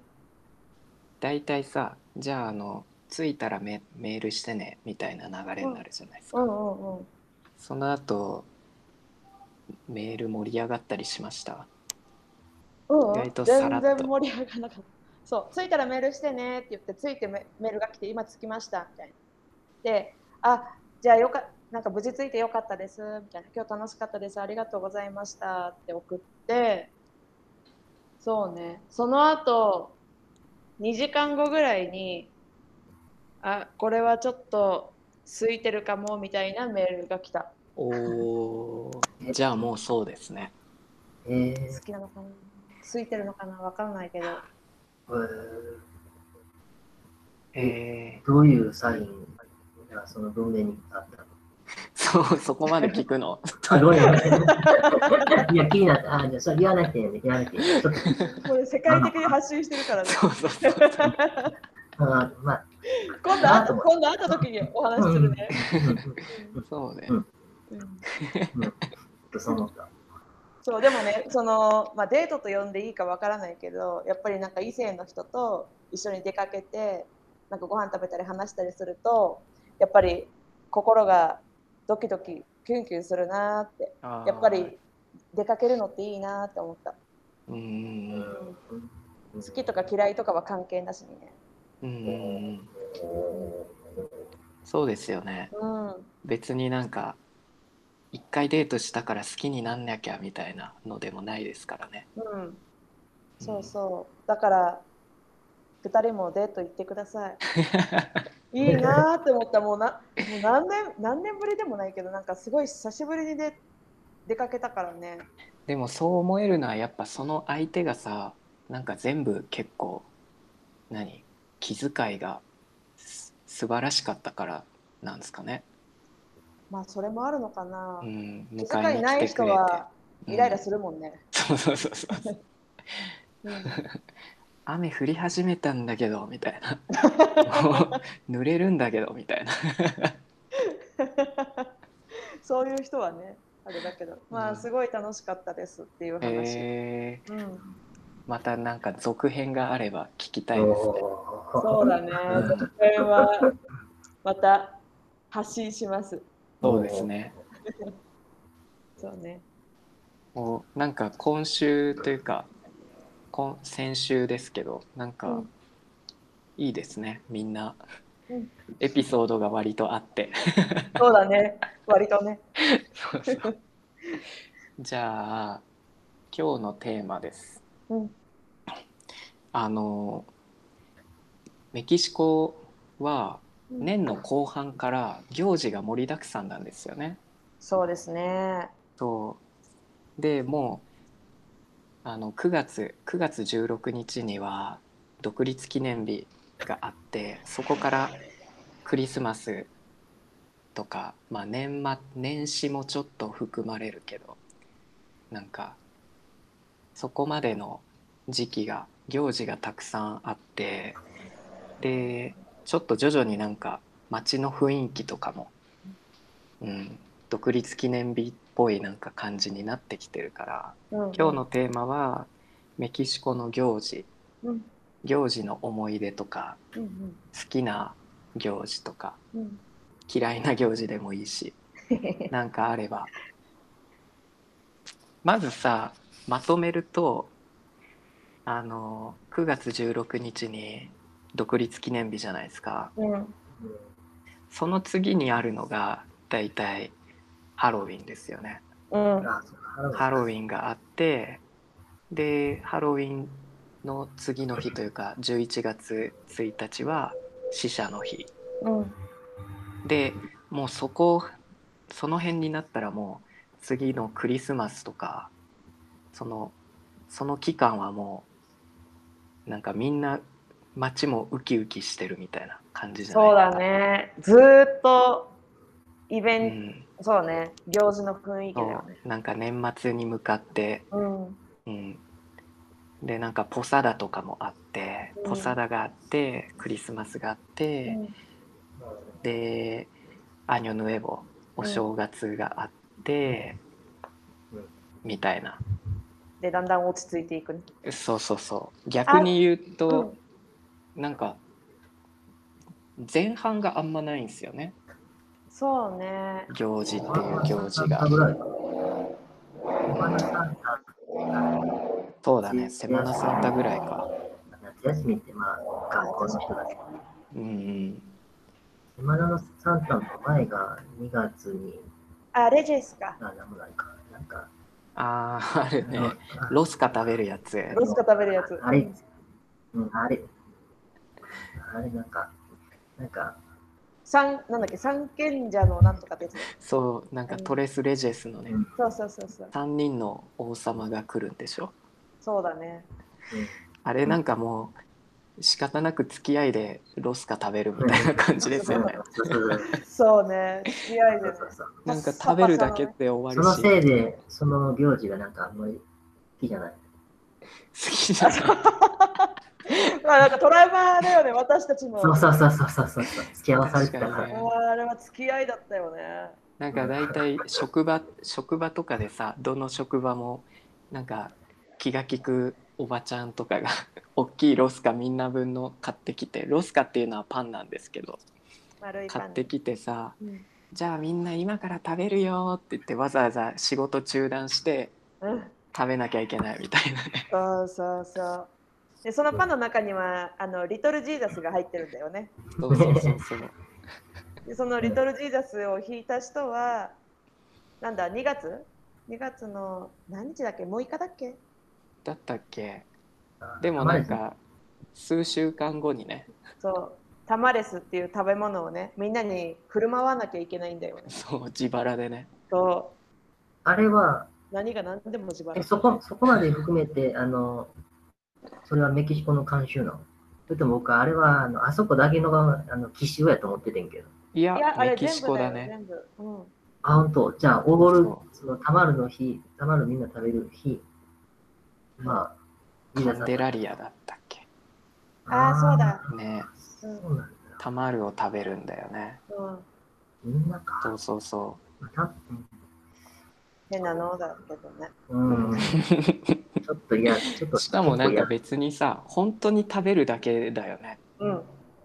だいたいさじゃああの着いたらメメールしてねみたいな流れになるじゃないですうか、ん、うん、うん。その後メール盛り上がったりしましたうん意外とさらっと全然盛り上がらなかった。そう、着いたらメールしてねって言って、着いてメメールが来て、今着きましたみたいな。で、あじゃあよかなんか無事着いてよかったですみたいな、今日楽しかったです、ありがとうございましたって送って、そうね、その後2時間後ぐらいに、あこれはちょっと空いてるかもみたいなメールが来た。おおーじゃあもうそうですねえ好きなのかな空いてるのかなわかんないけど。ー、ええーどういうサインがその文面にあったのー、そうそこまで聞 くのあ、どういうのいや、気になった。あ、じゃあ、それ言わなくていいんで、言わなくていい。ちょっとこれ世界的に発信してるからね。そうそうそうあまあ、今度会った今度会った時にお話しするね。そうね、うんとそう思った。そうでもねその、まあ、デートと呼んでいいかわからないけどやっぱりなんか異性の人と一緒に出かけてなんかご飯食べたり話したりするとやっぱり心がドキドキキュンキュンするなーってあーやっぱり出かけるのっていいなーって思ったうーん好好きとか嫌いとかは関係なしにねうーんそうですよねうん別になんか一回デートしたから好きになんなきゃみたいなのでもないですからねうんそうそう。だから、2人もデート行ってください。いいなーって思った。もうなもう何年何年ぶりでもないけど、なんかすごい久しぶりにで出かけたからね。 でもそう思えるのはやっぱその相手がさなんか全部結構何気遣いがす素晴らしかったからなんですかね、まあ、それもあるのかなう。ん、気迎え遣いにな来いてく人れてはイライラうんするもんね。そうそうそうそう うん雨降り始めたんだけどみたい なもう濡れるんだけどみたいなそういう人はね、あれだけど、まうんあ、すごい楽しかったですっていう話。えー、うん、またなんか続編があれば聞きたいですねそそうだね。これはまた発信します。そうですねそうね。もうなんか今週というか今先週ですけどなんうかんいいですねみんな、うんエピソードが割とあってそうだね。割とね。そうそうじゃあ今日のテーマですうん。あのメキシコは年の後半から行事が盛りだくさんなんですよね。そうですね。そうでもうあの9月9月16日には独立記念日があってそこからクリスマスとか、まあ、年末年始もちょっと含まれるけどなんかそこまでの時期が行事がたくさんあってでちょっと徐々になんか街の雰囲気とかも、うん、独立記念日っぽいなんか感じになってきてるから今今日のテーマはメキシコの行事うん行事の思い出とかうん好きな行事とかうんうん嫌いな行事でもいいしなんかあればまずさまとめるとあの9月16日に独立記念日じゃないですかうんその次にあるのがだいたいハロウィンですよねうんあそうハロウィンハロウィンがあってでハロウィンの次の日というか11月1日は死者の日うんでもうそこその辺になったらもう次のクリスマスとかそのその期間はもうなんかみんな街もウキウキしてるみたいな感じじゃないそうだねずーっとイベうンん、ト、そうね行事の雰囲気だよねそうなんか年末に向かって、うんうん、でなんかポサダとかもあってうんポサダがあってクリスマスがあって、でアニョヌエボお正月があって、うんみたいなでだんだん落ち着いていくねそうそうそう逆に言うと、なんか前半があんまないんですよねそうね行事っていう行事がそうだねセマナサンタぐらいか夏休みってまあ学校の人だけどうんうんセマナのサンタの前が2月にあれですかあなんもないかなんかあーあるねあロスカ食べるやつロスカ食べるやつあれ、うん、あれ、あれ、なんか、なんか、三なんだっけ三賢者のなんとかですそうなんかトレスレジェスのねうんそうそうそうそう3人の王様が来るんでしょそうだねあれなんかもう仕方なく付き合いでロスカ食べるみたいな感じですよねそうそうそうそうね付き合いそうでねそうそうなんか食べるだけで終そのわるしせいで、その行事がなんかあんまり好きじゃない。好きじゃないまあなんかトラウマだよね私たちもそうそうそうそうそうそう、付き合わされてたか確かにねら。うわあれは付き合いだったよねなんか大体職場職場とかでさどの職場もなんか気が利くおばちゃんとかが 大きいロスカみんな分の買ってきてロスカっていうのはパンなんですけど丸い買っ感てじきてさうん「じゃあみんな今から食べるよ」って言ってわざわざ仕事中断してうん食べなきゃいけないみたいなねそうそうそうでそのパンの中にはあのリトルジーザスが入ってるんだよねそうそうそ うそうでそのリトルジーザスを引いた人はなんだ2月 ?2 月の何日だっけ ?6 日だっけだったっけでもなんか数週間後にねそうタマレスっていう食べ物をねみんなに振る舞わなきゃいけないんだよねそう自腹でねそあれは、う何が何でも自腹えそこそこまで含めて、あの、それはメキシコの慣習なのそれとも僕はあれはあのあそこだけのがあの奇襲やと思っててんけど。いやいやあメれキ全シ部コだだよね全部、うん、あ、本当。じゃあ、おごるそ、その、たまるの日、たまるみんな食べる日、まあ、みんカなンデラリアだったっけああそうだ。ねそうなんだ。タマルを食べるんだよねうん、みんなか。そうそうそまた変なのだけどねうん。うん ちょっと嫌、ちょっと。うしかもなんちょかっと嫌別にさ本当に食べるだけだよねうん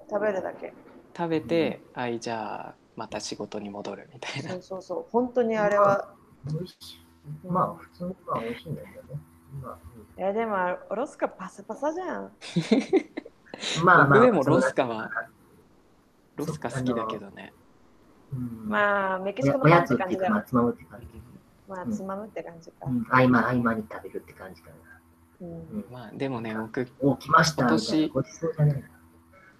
食べるだけ食べて、はいじゃあまた仕事に戻るみたいそなうそうそう本当にあれは美味しい。まあ、普通のパン美味しいんだけどね。まあいやでもロスカパサパサじゃんうんまあ、まあ、僕でもそうロだスカはロスカ好きだけどねうんまあメキシコのおやパンっつてって感いじうだか、よまあ、つまむって感じ。まあつまむって感じかうん、合間合間に食べるって感じかな。うんうん、まあでもね僕お、来ました。今みた年いなごちそうじゃない。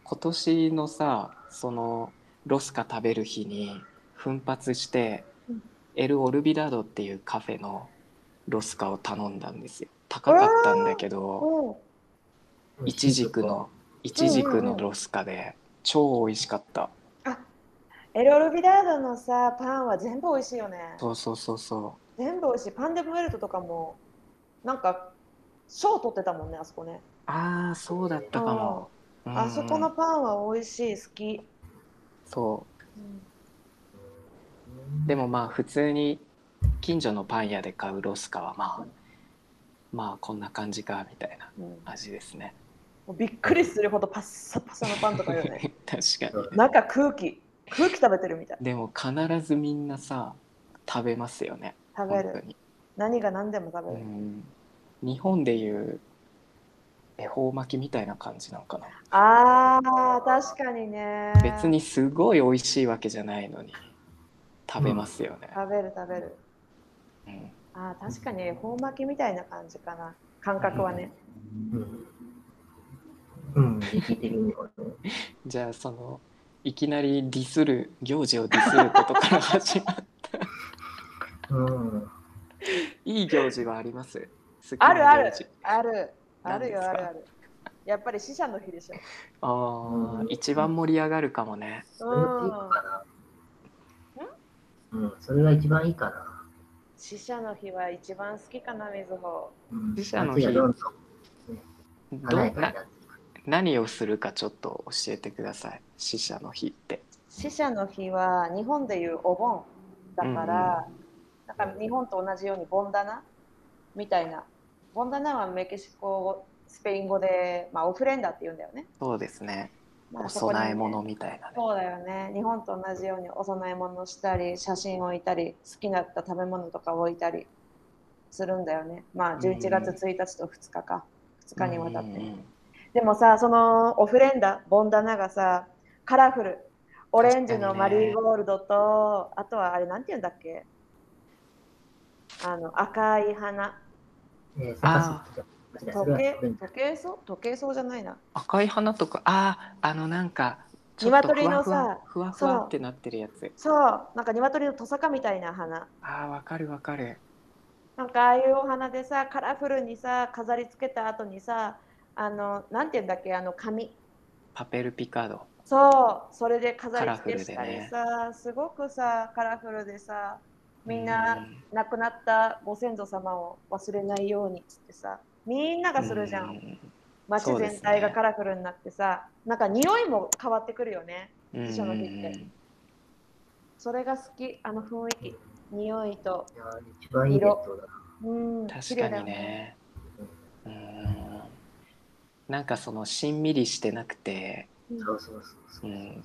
今年のさそのロスカ食べる日に奮発して、うんエル・オルビダドっていうカフェのロスカを頼んだんですよ高かったんだけどうんイチジクのイチジクのロスカで超美味しかったエロルビダードのさパンは全部美味しいよねそうそうそうそ全部美味しいパンデムエルトとかもなんか賞取ってたもんねあそこねうああそうだったかも、うんうんあそこのパンは美味しい好き、そううんでもまあ普通に近所のパン屋で買うロスカはまあまあこんな感じかみたいなうん味ですね もうびっくりするほどパッサパサのパンとかよ確 ね。かに中空気、空気食べてるみたい。でも必ずみんなさ食べますよね食べ本当る。に、何が何でもう食べる。ん、日本でいう恵方巻きみたいな感じなのかなああ、確かにね。別にすごい美味しいわけじゃないのに食べますよね、食べる食べる。うんああ、確かに恵方巻きみたいな感じかな。感覚はね。うん。うん、時期的にもね。じゃあそのいきなりディスる行事をディスることから始 まるうん。いい行事はあります好きなあるある行事ある。あるよ何ですあかるある。やっぱり死者の日でしょ。あうあん一番盛り上がるかもねそれがいいうん。かな。うん、それが一番いいかな。死者の日は一番好きかな、みずほ。うん、死者の夏日がどんどんど華やかにななっていく。何をするかちょっと教えてください死者の日って死者の日は日本でいうお盆だから、なんか日本と同じように盆棚みたいな。盆棚はメキシコ語、スペイン語で、まあ、オフレンダって言うんだよね。そうですねまあおそこに供え物みたいなねそうだよね。日本と同じようにお供え物したり、写真を置いたり、好きだった食べ物とかを置いたりするんだよね。まあ11月1日と2日か、2日にわたっうんてう。んでもさ、そのオフレンダ、ボン棚がさ、カラフル。オレンジのマリーゴールドと、あとはあれなんて言うんだっけあの赤い花。えー、あ探す時時計それは時計草時計草じゃないな。赤い花とかあああのなんかちょっとふ鶏わのふわさふわふそうわってなってるやつそう、なんか鶏のトサカみたいな花。あーわかるわかるなんかああいうお花でさ、カラフルにさ、飾り付けた後にさ、あの、なんて言うんだっけ、あの紙。パペルピカードそう、それで飾り付けしたりカさ、すごくさ、カラフルでさ、みんうな亡くなったご先祖様を忘れないようにっつってさ、みんながするじゃ。うんん街そうですね全体がカラフルになってさ、なんか匂いも変わってくるよね。うん辞書の日ってそれが好き、あの雰囲気、匂いと。いやー一番いい伝統だ。うん、確かに綺麗だよ。ねうんなんかそのしんみりしてなくてうんそうそうそうそう。うん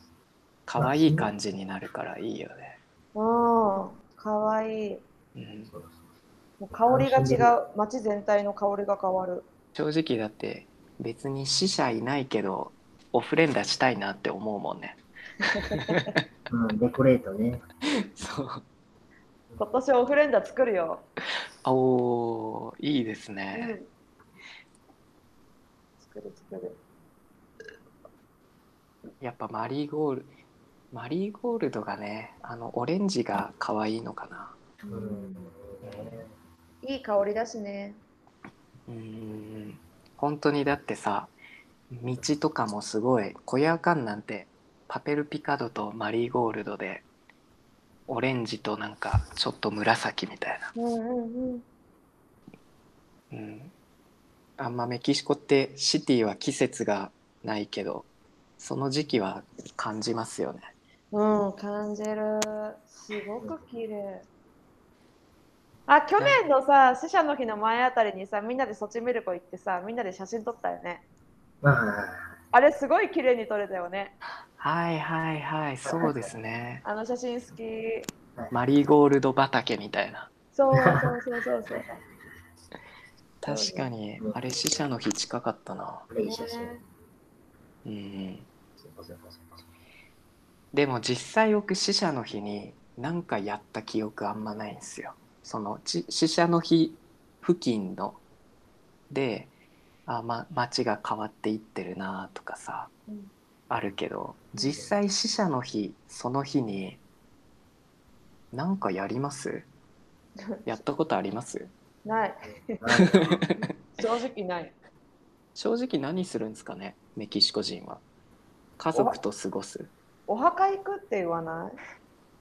可愛い感じになるからいいよね、うん、かわいい。うん、そうそうもう香りが違う街全体の香りが変わる正直だって別に死者いないけどオフレンダしたいなって思うもんねそううん、デコレートね。そう今年オフレンダ作るよ、おーいいですうね、ん、作る作るやっぱマリーゴールマリーゴールドがねあのオレンジが可愛いのかなうん。いい香りだしねうん本当にだってさ道とかもすごい小屋館なんてパペルピカドとマリーゴールドでオレンジとなんかちょっと紫みたいな、うんうんうんうん、あんまメキシコってシティは季節がないけどその時期は感じますよねうん、感じる。すごく綺麗。あ、去年のさ、死者の日の前あたりにさ、みんなでソチミルコ行ってさ、みんなで写真撮ったよね。まあ、あれすごい綺麗に撮れたよね。はいはいはいそうですねあの写真好き。マリーゴールド畑みたいなそうそうそうそう そう。確かにあれ死者の日近かったなこれいい写真。ねうんうんそうそうそうそうでも実際僕死者の日に何かやった記憶あんまないんですよ。そのち死者の日付近のであ、ま、街が変わっていってるなとかさ、うんあるけど実際死者の日その日に何かやり ますやったことありますない。はい正直ない。正直何するんですかねメキシコ人は。家族と過ごす。お墓行くって言わない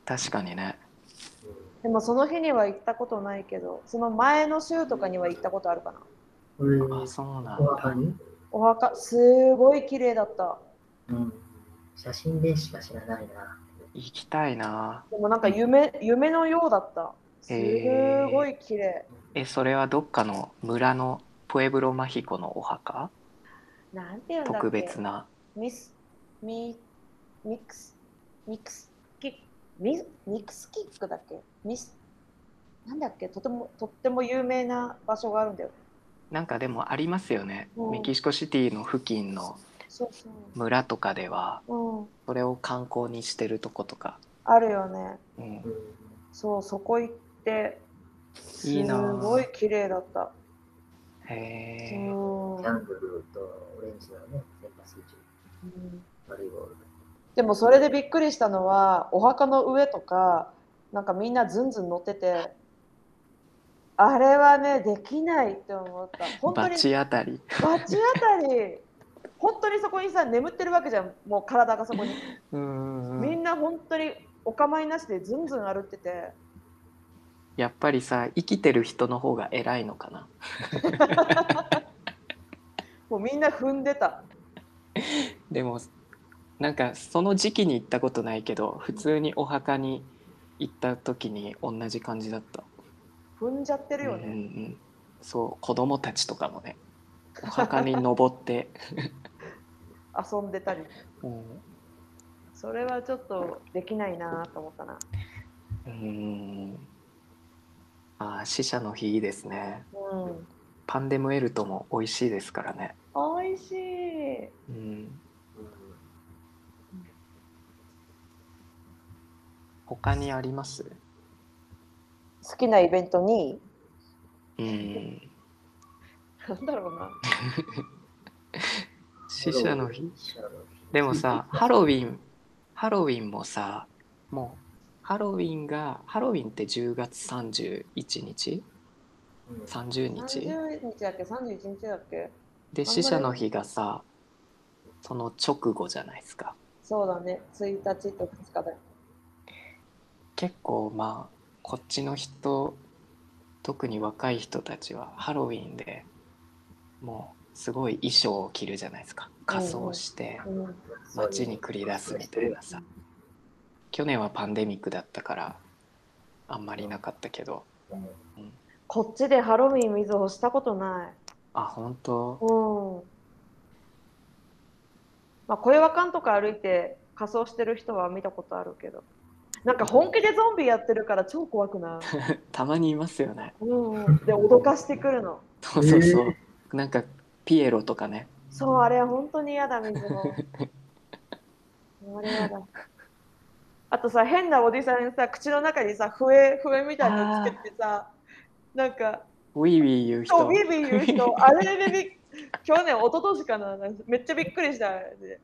確かにね。でもその日には行ったことないけど、その前の週とかには行ったことあるかな。これ、あそうなんお墓だ。に、お墓、すごい綺麗だった。うん、写真でしか知らないな。行きたいな。でもなんか夢夢のようだった。すごい綺麗。えそれはどっかの村のポエブロマヒコのお墓なんていうんだっけ特別なミス、ミ、ミックス、ミックスキック、ミミックスキックだっけミス、なんだっけとても、とっても有名な場所があるんだよ。なんかでもありますよねうんメキシコシティの付近のそうそ村とかではう。うん。それを観光にしてるとことか、あるよね。うん、そう、そこ行って、すいいなぁごい綺麗だった。へうえんキャンドルとオレンジのね、センタースイッチ、うんバレーボール。でもそれでびっくりしたのはお墓の上とかなんかみんなずんずん乗っててあれはねできないって思った本当バにチ当たりバチ当たり本当にそこにさ眠ってるわけじゃんもう体がそこに、うんうんうみんんな本当にお構いなしでずんずん歩っててやっぱりさ生きてる人の方が偉いのかなもうみんな踏んでたでもなんかその時期に行ったことないけど普通にお墓に行った時に同じ感じだった、踏んじゃってるうんうよんうね、ん、そう子供たちとかもねお墓に登って、遊んでたり うんそれはちょっとできないなと思ったなうーん。あー、死者の日いいですね。うんパンデムエルトも美味しいですからね。美味しいうん。うん他にあります。好きなイベントに うん。なんだろうな。死者の日。死者の日でも さ、ハロウィン。ハロウィンもさ。もう。ハロウィンが、ハロウィンって10月31日。うん30日。 30日だっけ、31日だっけ。で、張れ死者の日がさ。その直後じゃないですか。そうだね、1日と2日だよ。結構、まあ。こっちの人。特に若い人たちはハロウィンでもうすごい衣装を着るじゃないですか仮装してうん、街に繰り出すみたいなさ去年はパンデミックだったからあんまりなかったけどうんこっちでハロウィン水をしたことない。あ本当うん。まあ、小岩館とか歩いて仮装してる人は見たことあるけど。なんか本気でゾンビやってるから超怖くない。たまにいますよねうん。で、脅かしてくるの。そうそうそへうなんかピエロとかねそう、あれは本当に嫌だ、水も。あれ嫌だ。あとさ、変なおじさんさ、口の中にさ、笛、笛みたいなのつけてさ、なんか、ウィーウィー言うそう、人ビビ言う人、あれでびっ去年、一昨年かな、めっちゃびっくりした。あれで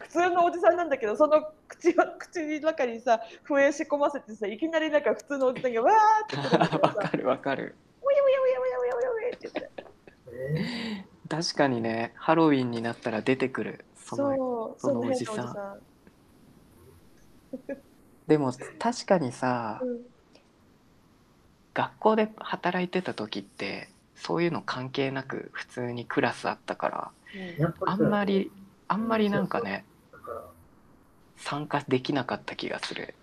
普通のおじさんなんだけど、その口は口の中にさ、笛仕込ませてさ、いきなりなんか普通のおじさんがわーって来るんだけど わさ、かるわかるおやおやおやおやおやおやおやって言って。え確かにねハロウィンになったら出てくるそのそう、そのおじさん変なおでも確かじにささん。うん学校で働いてた時ってそういうの関係なく普通にクラスあったからーやっぱあんりまりあんまりなんかねだから参加できなかった気がする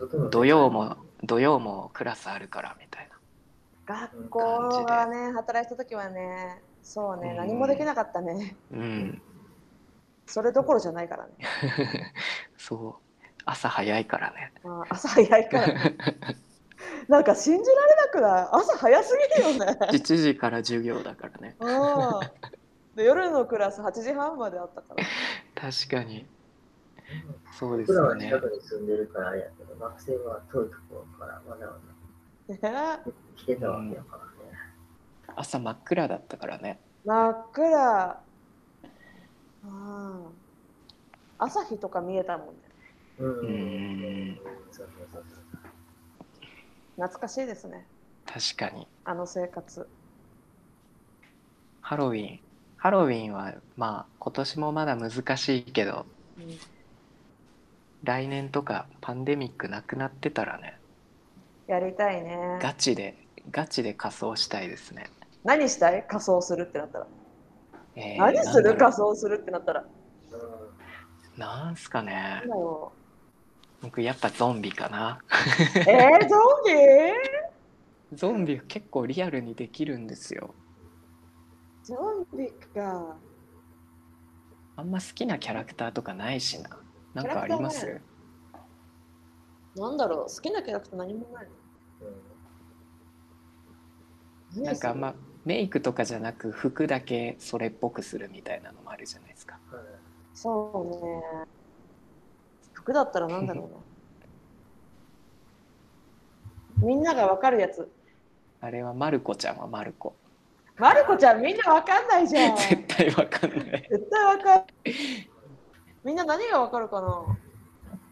例えば土曜も土曜もクラスあるからみたいな学校がね働いてた時はねそうね、うん何もできなかったねうんそれどころじゃないからね、 そう朝早いからねまあ、朝早いから、ね、なんか信じられなくない朝早すぎるよ ね7時から授業だからねうんで夜のクラス8時半まであったから確かにそうです僕らよはね近くに住んでるからあれやけど、学生は遠いところからわざわねざ来てたわけやからね。朝真っ暗だったからね真っ暗うん朝日とか見えたもんねうん。ううんんそうそうそうそう懐かしいですね確かにあの生活ハロウィンハロウィンはまあ今年もまだ難しいけどうん来年とかパンデミックなくなってたらねやりたいねガチでガチで仮装したいですね、何したい仮装するってなったらえー何すなるんだろ仮装するってなったらうんうなんすかねなんだろう僕やっぱゾンビかなえ ー、ゾンビゾンビ結構リアルにできるんですよゾンビか。あんま好きなキャラクターとかないしななんかありまキャラすなんだろう、好きなキャラクター何もない。何なんかあんまメイクとかじゃなく服だけそれっぽくするみたいなのもあるじゃないですかそれそうね。服だったらなんだろうな。 みんながわかるやつ。あれはまる子ちゃんはまる子まる子ちゃん、みんなわかんないじゃん。絶対わかん ない絶対わかる。みんな何がわかるかな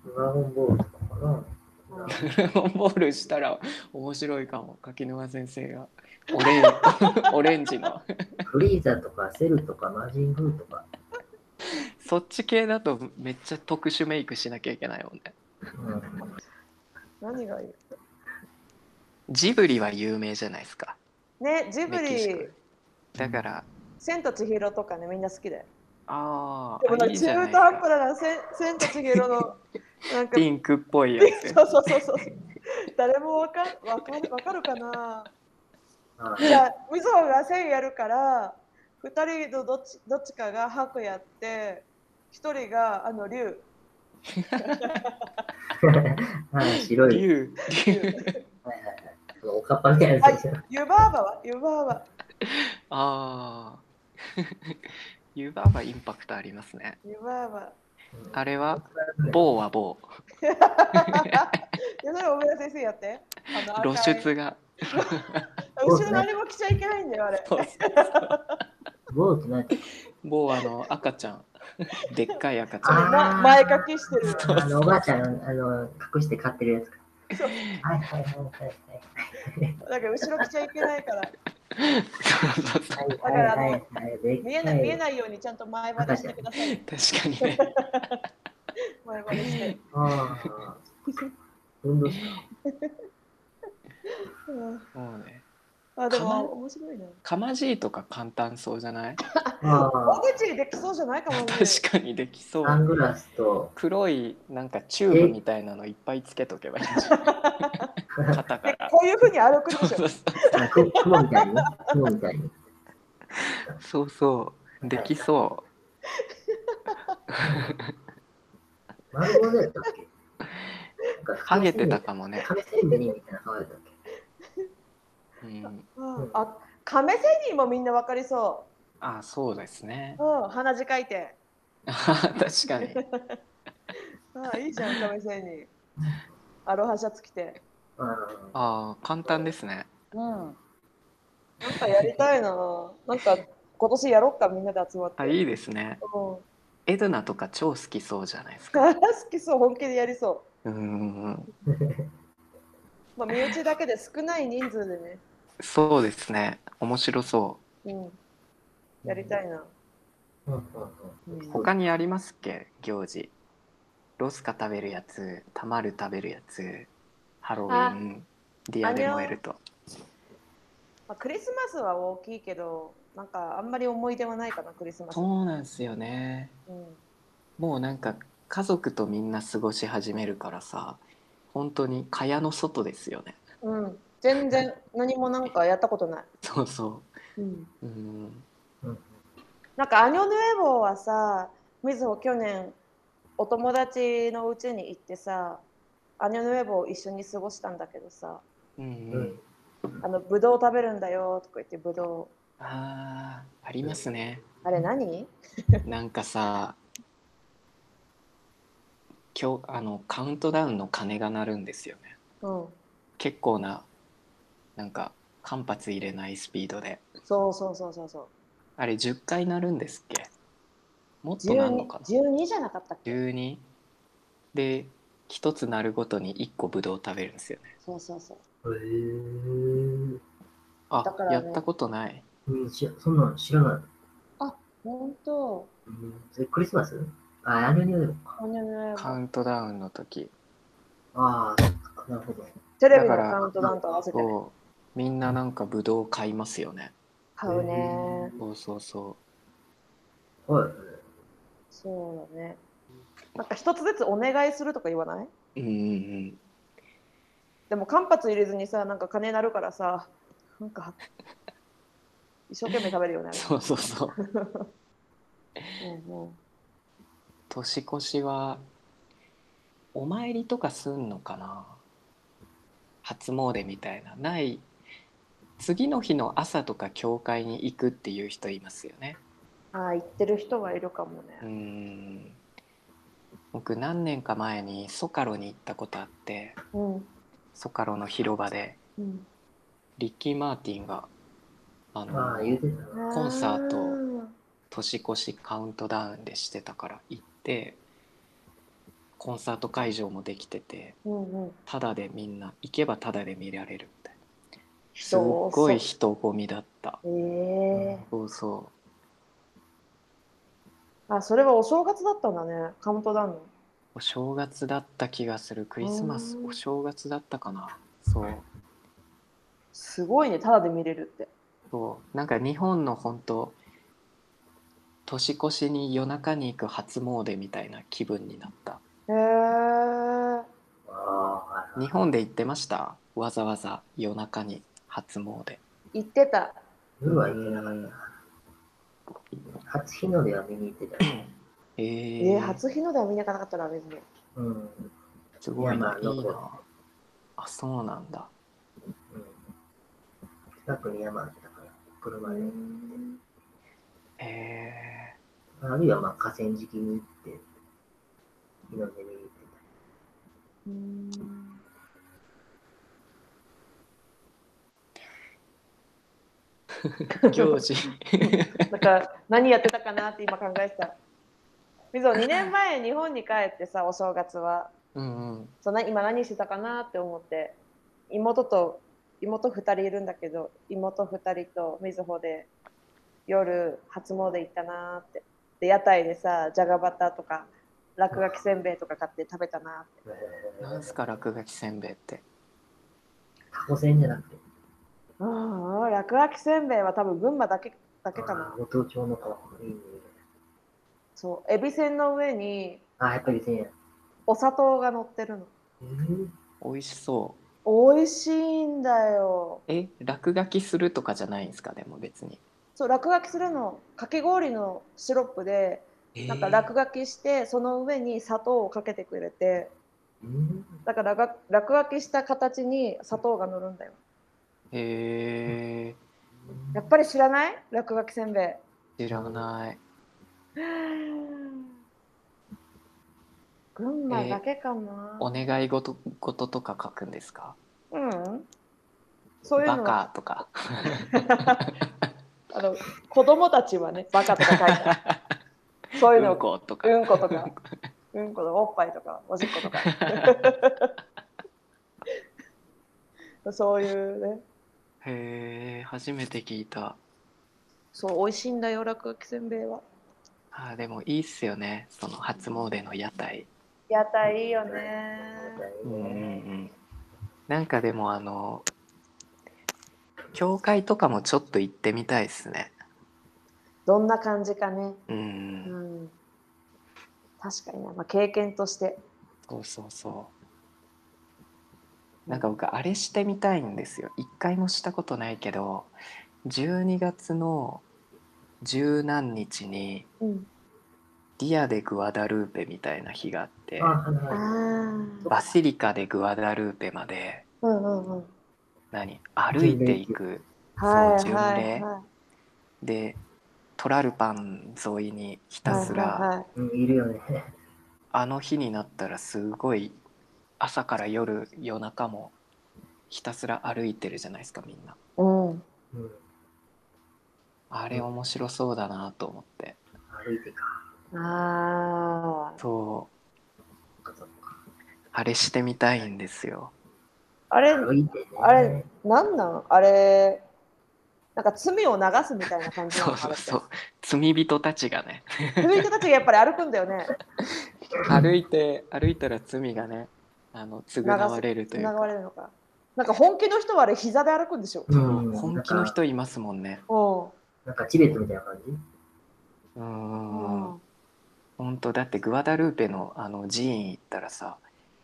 ドラゴンボールとかかな。うんドラゴンボールしたら面白いかも柿沼先生がオレン オレンジのフリーザとかセルとかマジングーとか。そっち系だとめっちゃ特殊メイクしなきゃいけないもんねうん何がいいジブリは有名じゃないですかね、ジブメキシリコ、だから千と千尋とかね、みんな好きだよ。あでもあなんいか中いじゃな途いです半端かだな、千千と千尋の、なんか、ピンクっぽいやつそうそうそうそう。誰もわかわかるわかるかな。あじゃあ、みぞが千やるから、二人のどっちどっちかが白やって、一人があの龍。あ白い。竜竜はいはいはいおかっぱみたいなやつでしょ。湯婆婆は湯婆婆。ああ 湯婆婆インパクトありますね湯婆 婆。あれはうん棒は棒いや、なら、小村先生やって。あの露。赤い出が後ろ何も着ちゃいけないんだよ、あれ。そうそうボールって何某あの赤ちゃん、でっかい赤ちゃん。ま、前掛けしてる。あのおばあちゃんあの隠して飼ってるやつか。はいはいはいなんか後ろ着ちゃいけないから。そうそうそうはいはいはいはいはいはい。見えない、見えい。ないようにちゃんと前歯出してください。確かにね。前歯出して。ああ。運動しうんもうね、あ、でかなも面白いな。かまじいとか簡単そうじゃないたあ お口できそうじゃないかもね。確かにできそあ。サンう。グラスと黒いなんかチューブみたいなのいっぱいつけとけばいいんじ ゃない肩かでら。こういうふうに歩くそうでしそょう。あく雲みたいにね雲みたいに。そうそう。できそう。マンゴーだったっけなんかハゲてたかもね。亀仙人みたいな顔だったっけうん、うんあ、亀仙人もみんなわかりそあそうです ねう。。うん、鼻血かいて。あ確かに。あ、いい じゃん、亀仙人。アロハシャツ着て。あああ、簡単ですね。うん。なんかやりたいな。なんか今年やろっか、みんなで集まって。あいいですね。うん。エドナとか超好きそうじゃないですか。好きそう、本気でやりそうん。う。まあ、身内だけで少ない人数でね。そうですね。面白そう。うん。やりたいな。ーうんうんうんうん他にありますっけ行事ロスカ食べるやつタマル食べるやつハロウィンディアデモエルとまあ、クリスマスは大きいけど、なんかあんまり思い出はないかな、クリスマス。そうなんですよねうんもうなんか家族とみんな過ごし始めるからさ本当に蚊帳の外ですよねうん、全然何もなんかやったことない。そうそうん、ううんうんなんかアニョヌエボーはさ、みずほ去年お友達の家に行ってさ、アニョヌエボーを一緒に過ごしたんだけどさ、うん、ううんうんん、あのブドウ食べるんだよとか言ってブドあーありますねウ、あれ何？なんかさ今日あのカウントダウンの鐘が鳴るんですよねうん、結構ななんか間髪入れないスピードでそうそうそうそうそう。あれ10回なるんですっけもっと十なるのかな二じゃなかったっけ？ 12で一つなるごとに1個ぶどう食べるんですよねそうそうそう。へーあ、だからやねったことないうんしそんなの知らない。本当。うんそれクリスマスあ、アニョニョエボか。アニョヌエボカーウントダウンの時ああ、そっかなるほど。テレビのだからカウントダウンと合わせてそうみんななんかぶどう買いますよね買うね。そうそうそはい。そうだね。なんか一つずつお願いするとか言わない？うんうんでも間髪入れずにさなんか金なるからさなんか一生懸命食べるよねあれ そうそうそううんうん年越しはお参りとかすんのかな初詣みたいなない次の日の朝とか教会に行くっていう人いますよねああ行ってる人はいるかもうーね。ん僕何年か前にソカロに行ったことあってうんソカロの広場でうん、リッキー・マーティンがああのあ、言うてたな。コンサート年越しカウントダウンでしてたから行ってコンサート会場もできててうんうん、ただでみんな行けばただで見られるみたいなすっ人多そうごい人混みだったええそうそあそれはお正月だったんだねカウントダウンの。うお正月だった気がするクリスマスうんお正月だったかなそうすごいねただで見れるって。そうなんか日本の本当年越しに夜中に行く初詣みたいな気分になったへえああ、日本で行ってましたわざわざ夜中に初詣行ってた。夜は行けなかった。初日の出は見に行ってたよ。ええーー、初日の出は見なかなかったな別に。うん。うんすごいいやまなあいいどなあそうなんだ近くに山あったから、車で。へえあるいはまあ河川敷に行って、日の出見に行ってうん ー、行事だから何やってたかなって今考えてた。みぞ2年前日本に帰ってさお正月は。うんうんそうな今何してたかなって思って妹と妹2人いるんだけど妹2人とみずほで夜初詣行ったなーってで屋台でさじゃがバターとか落書きせんべいとか買って食べたなーってた。えーなんすか落書きせんべいってタコ船じゃなくて、うんうん落書きせんべいは多分群馬だけだけかな五島町の子、いいね。そうエビせんの上にあ、やっぱりせんや。お砂糖が乗ってるのえー美味しそう美味しいんだよえ落書きするとかじゃないんですかでも別にそう落書きするのかき氷のシロップでなんか落書きしてその上に砂糖をかけてくれてうんだから落落書きした形に砂糖が乗るんだよへえやっぱり知らない落書きせんべい知らない群馬だけかな、お願い事事とか書くんですかうんそういうバのはカとかあの子供たちはねバカとか書いてあるそういううのんをことかうんことかうんことかおっぱいとかおしっこと かそういうねへえ初めて聞いたそう美味しいんだよ落書きせんべいは。あーでもいいっすよねその初詣の屋台屋台いいよね。うんうんうんなんかでもあの教会とかもちょっと行ってみたいですねどんな感じかね。ううんん。確かにな、まあ、経験として。そうそうそうなんか僕あれしてみたいんですよ一回もしたことないけど12月の十何日にうん。ディアでグアダルーペみたいな日があってあ、はいああは。バシリカでグアダルーペまでうんうんうん。何歩いていくはいそうはい巡礼はでトラルパン沿いにひい。たすはいらはいはいい。うんいるよね。 あの日になったらすごい朝から夜夜中もひたすら歩いてるじゃないですかみんなうん。うんあれ面白そうだなと思って歩いてか。ああ。そうそっかそっかあれしてみたいんですよあれ、歩いてね。あれなんなんあれ、なんか罪を流すみたいな感じなそのうかそなうそう罪人たちがね罪人たちがやっぱり歩くんだよ ね。歩いて歩いたら罪がねあの償われるとい流うかれるのか。なんか本気の人はあれ、膝で歩くんでしょ。うそうん本気の人いますもんねう。なんかチベットみたいな感じうんんうん本当だってグアダルーペのあの寺院行ったらさ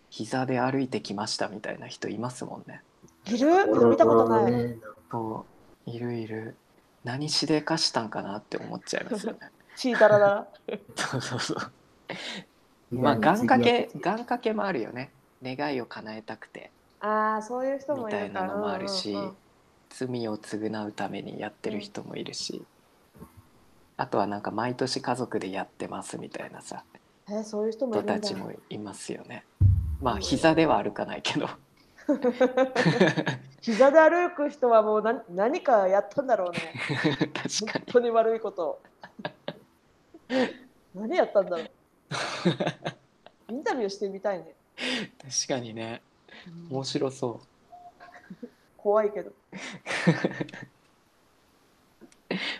膝で歩いてきましたみたいな人いますもんね。いる見たことない。ねそういるいる。何しでかしたんかなって思っちゃいますよ ね。チータラだ。そうそうそう。まあ願掛け願掛けもあるよね。願いを叶えたくて ああ、そういう人みもいたるいかなのもあるし、うんうんうん罪を償うためにやってる人もいるし、あとはなんか毎年家族でやってますみたいなさえーそういう人もい人るんだ。たちもいますよね。まあ膝では歩かないけど 膝で歩く人はもう何何かやったんだろうね。確か本に当に悪いこと。何やったんだろ う。インタビューしてみたいね。確かにね面白そ怖いけど。う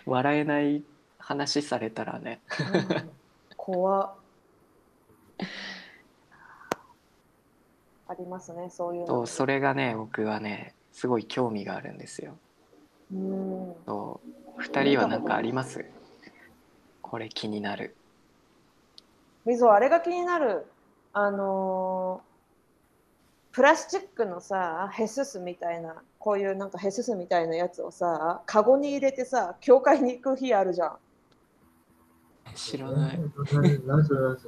笑えない話されたらねうん怖っありますね、そういうそうの。それがね僕はねすごい興味があるんですよ。うんそう2人は何かありますこれ気になる。みぞあれが気になるあのープラスチックのさヘススみたいなこういうなんかヘススみたいなやつをさカゴに入れてさ教会に行く日あるじゃん知ら ない。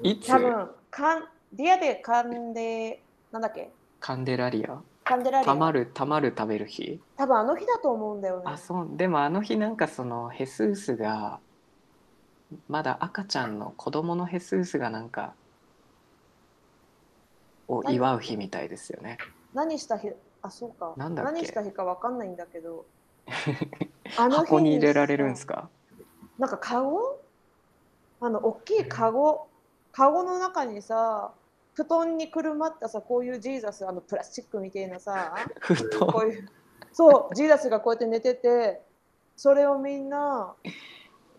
いつ多分かんディアでカンデなんだっけカンデラリアカンデラリたまアるたまる食べる日多分あの日だと思うんだよねあそうでもあの日なんかそのヘスースがまだ赤ちゃんの子供のヘスースがなんかを祝う日みたいですよね。何した日あそうかなんだっけ何した日かわかんないんだけ どあ箱に入れられるんですかかなんかカゴあの大きいカゴカゴの中にさ布団にくるまったさこういうジーザスあのプラスチックみたいな さふことういうそうジーザスがこうやって寝ててそれをみんな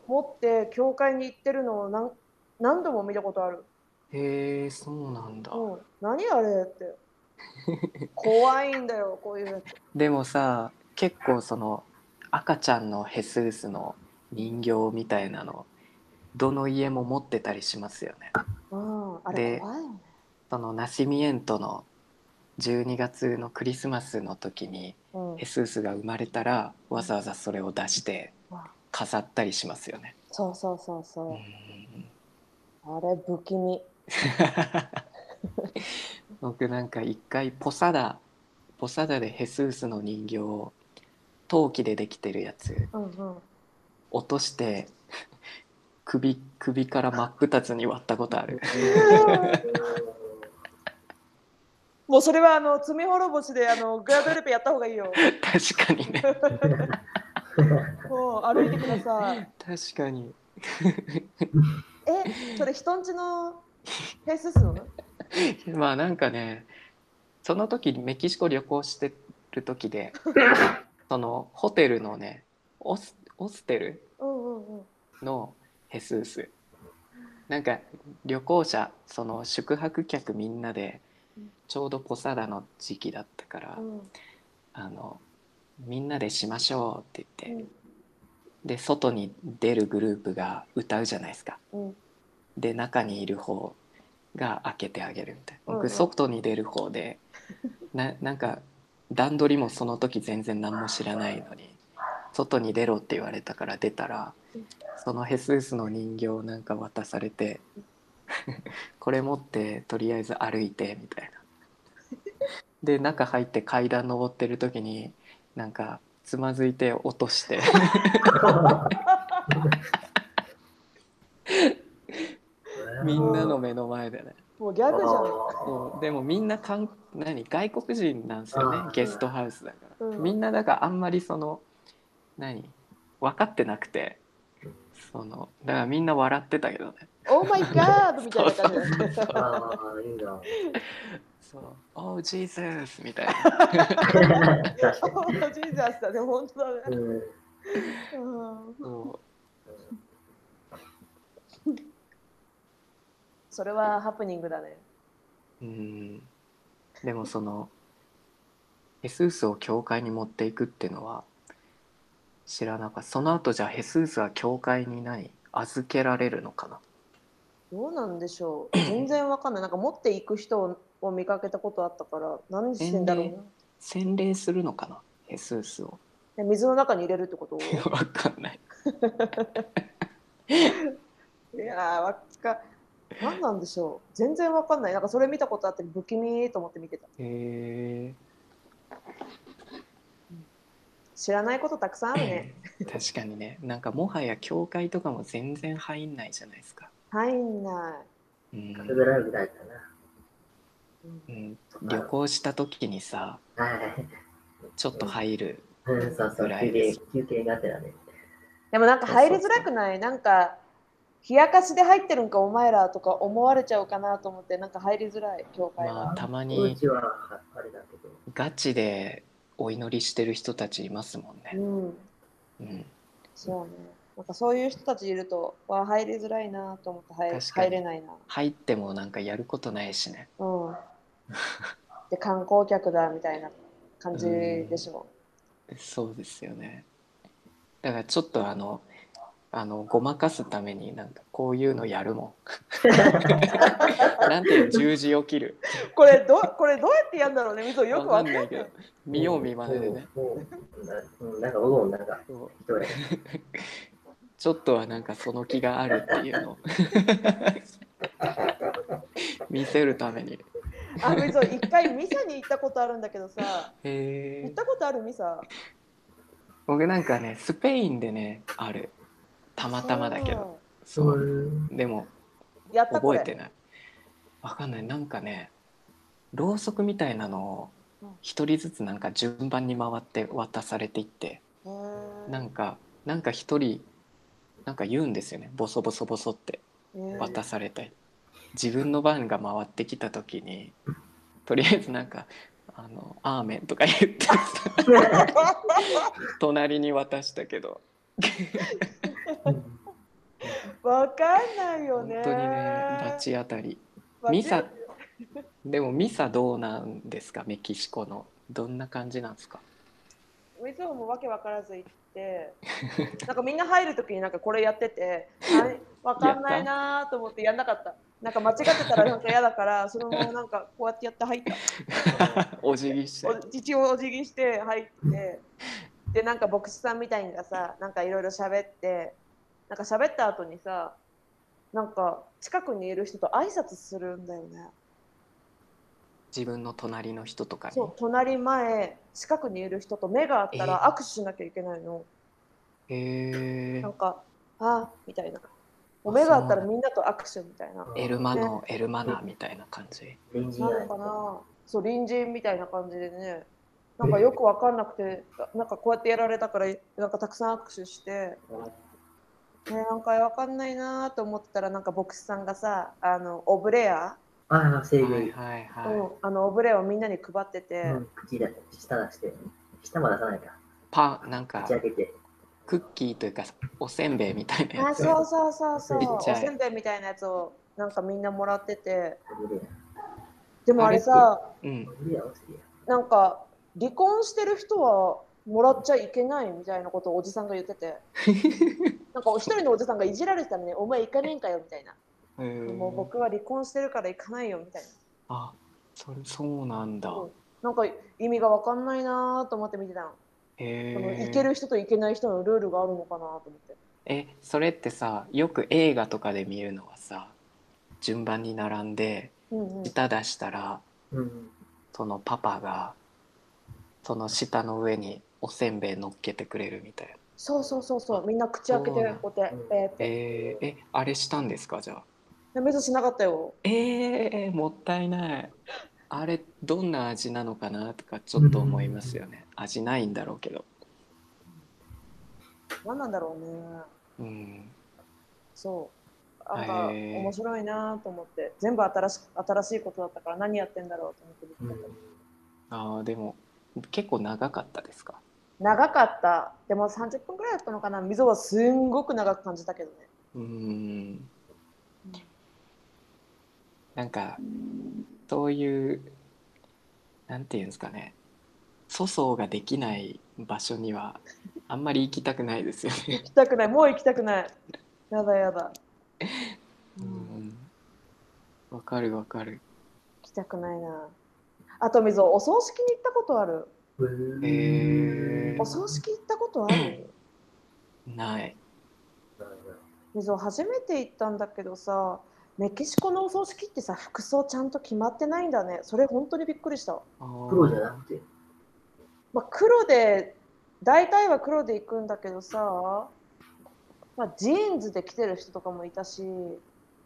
持って教会に行ってるのを何何度も見たことある、へえそうなんだ。うん、何あれって怖いんだよこういうやつでもさ結構その赤ちゃんのヘスースの人形みたいなのどの家も持ってたりしますよね。うんあれで怖いよねそのナシミエントの12月のクリスマスの時にうんヘスースが生まれたらわざわざそれを出して飾ったりしますよね。そうそうそううそうんあれ不気味僕なんか一回ポサダポサダでヘスースの人形を陶器でできてるやつうんうん落として首首から真っ二つに割ったことある もうそれはあの罪滅ぼしであのグラドルペやった方がいいよ。確かにねもう歩いてください。 確かに え、それ人んちのフェイススの？まあなんかねその時メキシコ旅行してる時 でそのホテルのねオスオステルうんうんうん。のヘスースなんか旅行者その宿泊客みんなでちょうどポサダの時期だったから、うんあのみんなでしましょうって言って、うんで外に出るグループが歌うじゃないですかうんで中にいる方が開けてあげるみたいなうんう僕ん外に出る方で、ななんか段取りもその時全然何も知らないのに外に出ろって言われたから出たらそのヘスースの人形をなんか渡されて これ持ってとりあえず歩いてみたいな。で中入って階段登ってる時になんかつまずいて落としてみんなの目の前でね。もうギャグじゃん。そうでもみんなかん何外国人なんですよあーねゲストハウスだから、うんみんなだからあんまりその何分かってなくてそのだからみんな笑ってたけどねオーマイガーみたいな感じで。 ああ、いいな。そう「Oh Jesus」みたいな 確かオーマイジーザスだね、本当だに。ね。うんうん、そうそれはハプニングだね。うんでもそのヘスースを教会に持っていくっていうのは知らなかったその後じゃあヘスースは教会に何預けられるのかなどうなんでしょう。全然わかんない。なんか持っていく人を見かけたことあったから何してんだろうな洗礼するのかなヘスースを で水の中に入れるってことわかんないいやーわっか何なんでしょう全然わかんないなんかそれ見たことあって不気味と思って見てたへ知らないことたくさんある ねえ確かにねなんかもはや教会とかも全然入んないじゃないですか、入んなうカんテドラルぐらいかい、うん、旅行した時にさな。はい。ちょっと入るうん、そうそう、ぐら休いで憩す、休憩がてらね。でもなんか入りづらくないなんか冷やかしで入ってるんかお前らとか思われちゃうかなと思ってなんか入りづらい教会まはあたまうにちははあれだけど、ガチでお祈りしてる人たちいますもんうね、んうん、そうねなんかそういう人たちいるとわあ入りづらいなと思って入確かに入れないな入ってもなんかやることないしねうんで観光客だみたいな感じでしょそうですよねだからちょっとあのあのごまかすためになんかこういうのやるも んなんていうの十字を切るこれどこれどうやってやるんだろうねみぞよくわわかかんんなないいけけどど見よう見まねでね、もう、なうんなんか僕もなんかそう一人ちょっとはなんかその気があるっていうのを見せるためにあみぞ一回ミサに行ったことあるんだけどさへ行えったことあるミサ僕なんかねスペインでねあるたまたまだけどそそう う。でもそうやったこ覚れえてないわかんないなんかねろうそくみたいなのうをん一人ずつなんか順番に回って渡されていってへーなんかなんか一人なんか言うんですよねボソボソボソってね渡されて自分の番が回ってきた時にとりあえずなんか「あのアーメン」とか言って さ隣に渡したけど わかんないよ本当ね。にね罰当たりミサでもミサどうなんですかメキシコのどんな感じなんですかウィズオもわけわからず行 って、なんかみんな入るときになんかこれやってて、あれわかんないなーと思ってやんなかった。なんか間違ってたらなんか嫌だから、そのままなんかこうやってやって入った。お辞儀してお一応お辞儀して入って、でなんか牧師さんみたいにがさ、なんかいろいろ喋って、なんか喋った後にさ、なんか近くにいる人と挨拶するんだよね。自分の隣の人とかにそう隣前近くにいる人と目があったらえー握手しなきゃいけないの、へえなんか「あみたいなもう目があったらみんなと握手みたいなエルマのエルマナーみたいな感じ隣人なのかなそう隣人みたいな感じでねなんかよくわかんなくてなんかこうやってやられたからなんかたくさん握手して、ね、なんかわかんないなと思ってたらなんか牧師さんがさあのオブレア、ああ、セはリフいはいうんはいあのオブレアをみんなに配ってて、うん口だ、舌出して、舌も出さないか。パンなんか口開けて。クッキーというかおせんべいみたいなやあつそうそうそうそうちっおちゃいせんべいみたいなやつをなんかみんなもらっててこれででもあれさうんこれで落ちてやなんか離婚してる人はもらっちゃいけないみたいなことをおじさんが言って てなんかお一人のおじさんがいじられてたのに「お前行かねえんかよ」みたいなへ「ーもう僕は離婚してるから行かないよ」みたいなあそれそうなんだそうなんか意味が分かんないなと思って見てたのへそのえ行ける人と行けない人のルールがあるのかなと思ってえそれってさよく映画とかで見るのはさ順番に並んでうんうん舌出したらうん。そのパパがその舌の上におせんべい乗っけてくれるみたいなそうそうそうそうみんな口開けそうなてんこうやってうんペーってえーえあれしたんですかじゃあで目指しなかったよえー、もったいないあれどんな味なのかなとかちょっと思いますよね味ないんだろうけど何なんだろうねうんそう。なんかへー面白いなと思って、全部新し新しいことだったから何やってんだろうと思って見てたうけど、ん。あーでも結構長かったですか長かった。でも30分くらいだったのかな。溝はすんごく長く感じたけどね。うーんなんかそういうなんていうんですかね粗相ができない場所にはあんまり行きたくないですよね行。きたくない。もう行きたくない。やだやだ。ううんんわかるわかる。行ききたくないな。あと、みぞ、お葬式に行ったことあるええーお葬式行ったことあるない。みぞ、初めて行ったんだけどさ、メキシコのお葬式ってさ、服装ちゃんと決まってないんだね。それ本当にびっくりした。あー黒じゃ なくて、まあ、黒で大体は黒で行くんだけどさ、まあ、ジーンズで来てる人とかもいたし、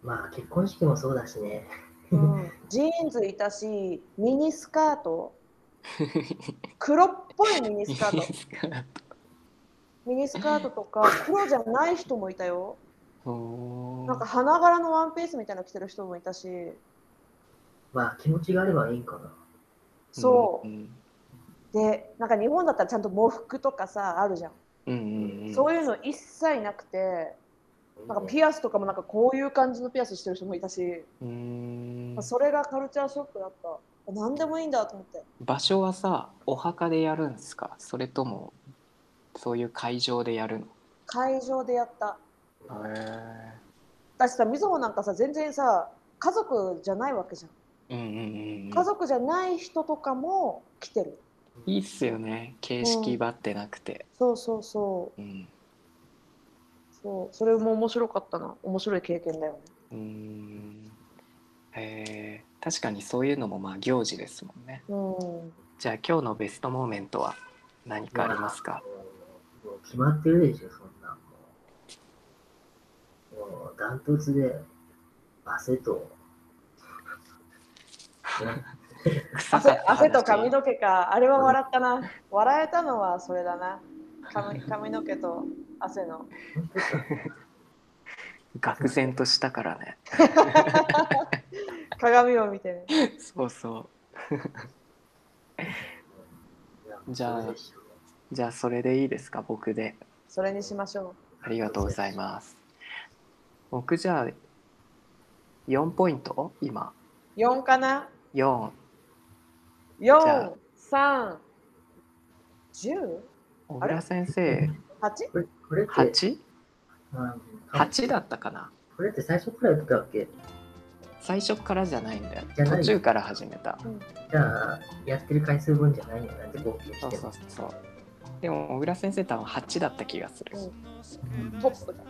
まあ結婚式もそうだしね。うん、ジーンズいたしミニスカート黒っぽいミニスカート ミニスカートとか黒じゃない人もいたよおーなんか花柄のワンピースみたいなの着てる人もいたしまあ気持ちがあればいいんかな。そうんうでなんか日本だったらちゃんと喪服とかさあるじゃん、うんうんうん、そういうの一切なくてなんかアピアスとかもなんかこういう感じのピアスしてる人もいたし、うーんまあそれがカルチャーショックだった何でもいいんだと思って場所はさお墓でやるんですかそれともそういう会場でやるの会場でやったへだしさみずほなんかさ全然さ家族じゃないわけじゃんえうんうんうんうん家族じゃない人とかも来てるいいっすよね形式ばってなくて、そうそうそうん、うそうそれも面白かったな面白い経験だよねうーんへえ確かにそういうのもまあ行事ですもんねうんじゃあ今日のベストモーメントは何かありますか、もう決まってるでしょ、そんなんもう。もうダントツで汗と。ね臭か汗汗った話と髪の毛かあれは笑ったな笑えたのはそれだな 髪髪の毛と汗の 愕然としたからね鏡を見てねそうそうじゃあそうでしょじゃあそれでいいですか僕でそれにしましょありがとうございます僕じゃあ4ポイント今う4かな4 4 3 10? 小あれ倉先生 8? これこれって、 8?8 うんだったかなこれって最初からやってたっけ最初からじゃないんだよじゃない途中から始めたじゃあ、やってる回数分じゃないんだなって合計しそうてそうます。そうでも小倉先生多分8だった気がする、うんトップだ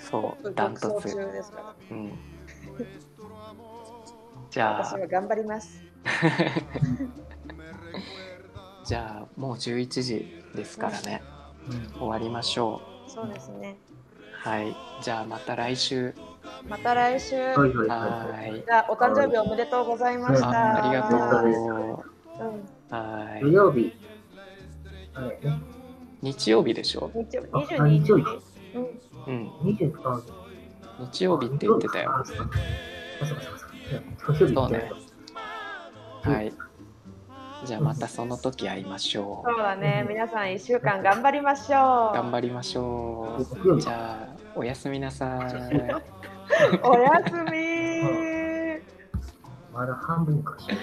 そトッうプダン独ト走ツ、中ですからうん、じゃ私あは頑張りますじゃあもう11時ですからねうん終わりましょそうですねうはいじゃあまた来週また来週はいはいはいははい。いじゃあお誕生日おめでとうございましあたありがとううんは土い曜日、あれね、日曜日でしょ、日曜あ日あ22日曜日日かうんうん、 29日。日曜日って言ってたよあ。そうかそうかそうか土曜日ってないうんはいじゃあまたその時会いましょそうだね皆さん1週間頑張りましょうう頑張りましょ木曜う日じゃあおやすみなさいおやすみまだ半分かしら。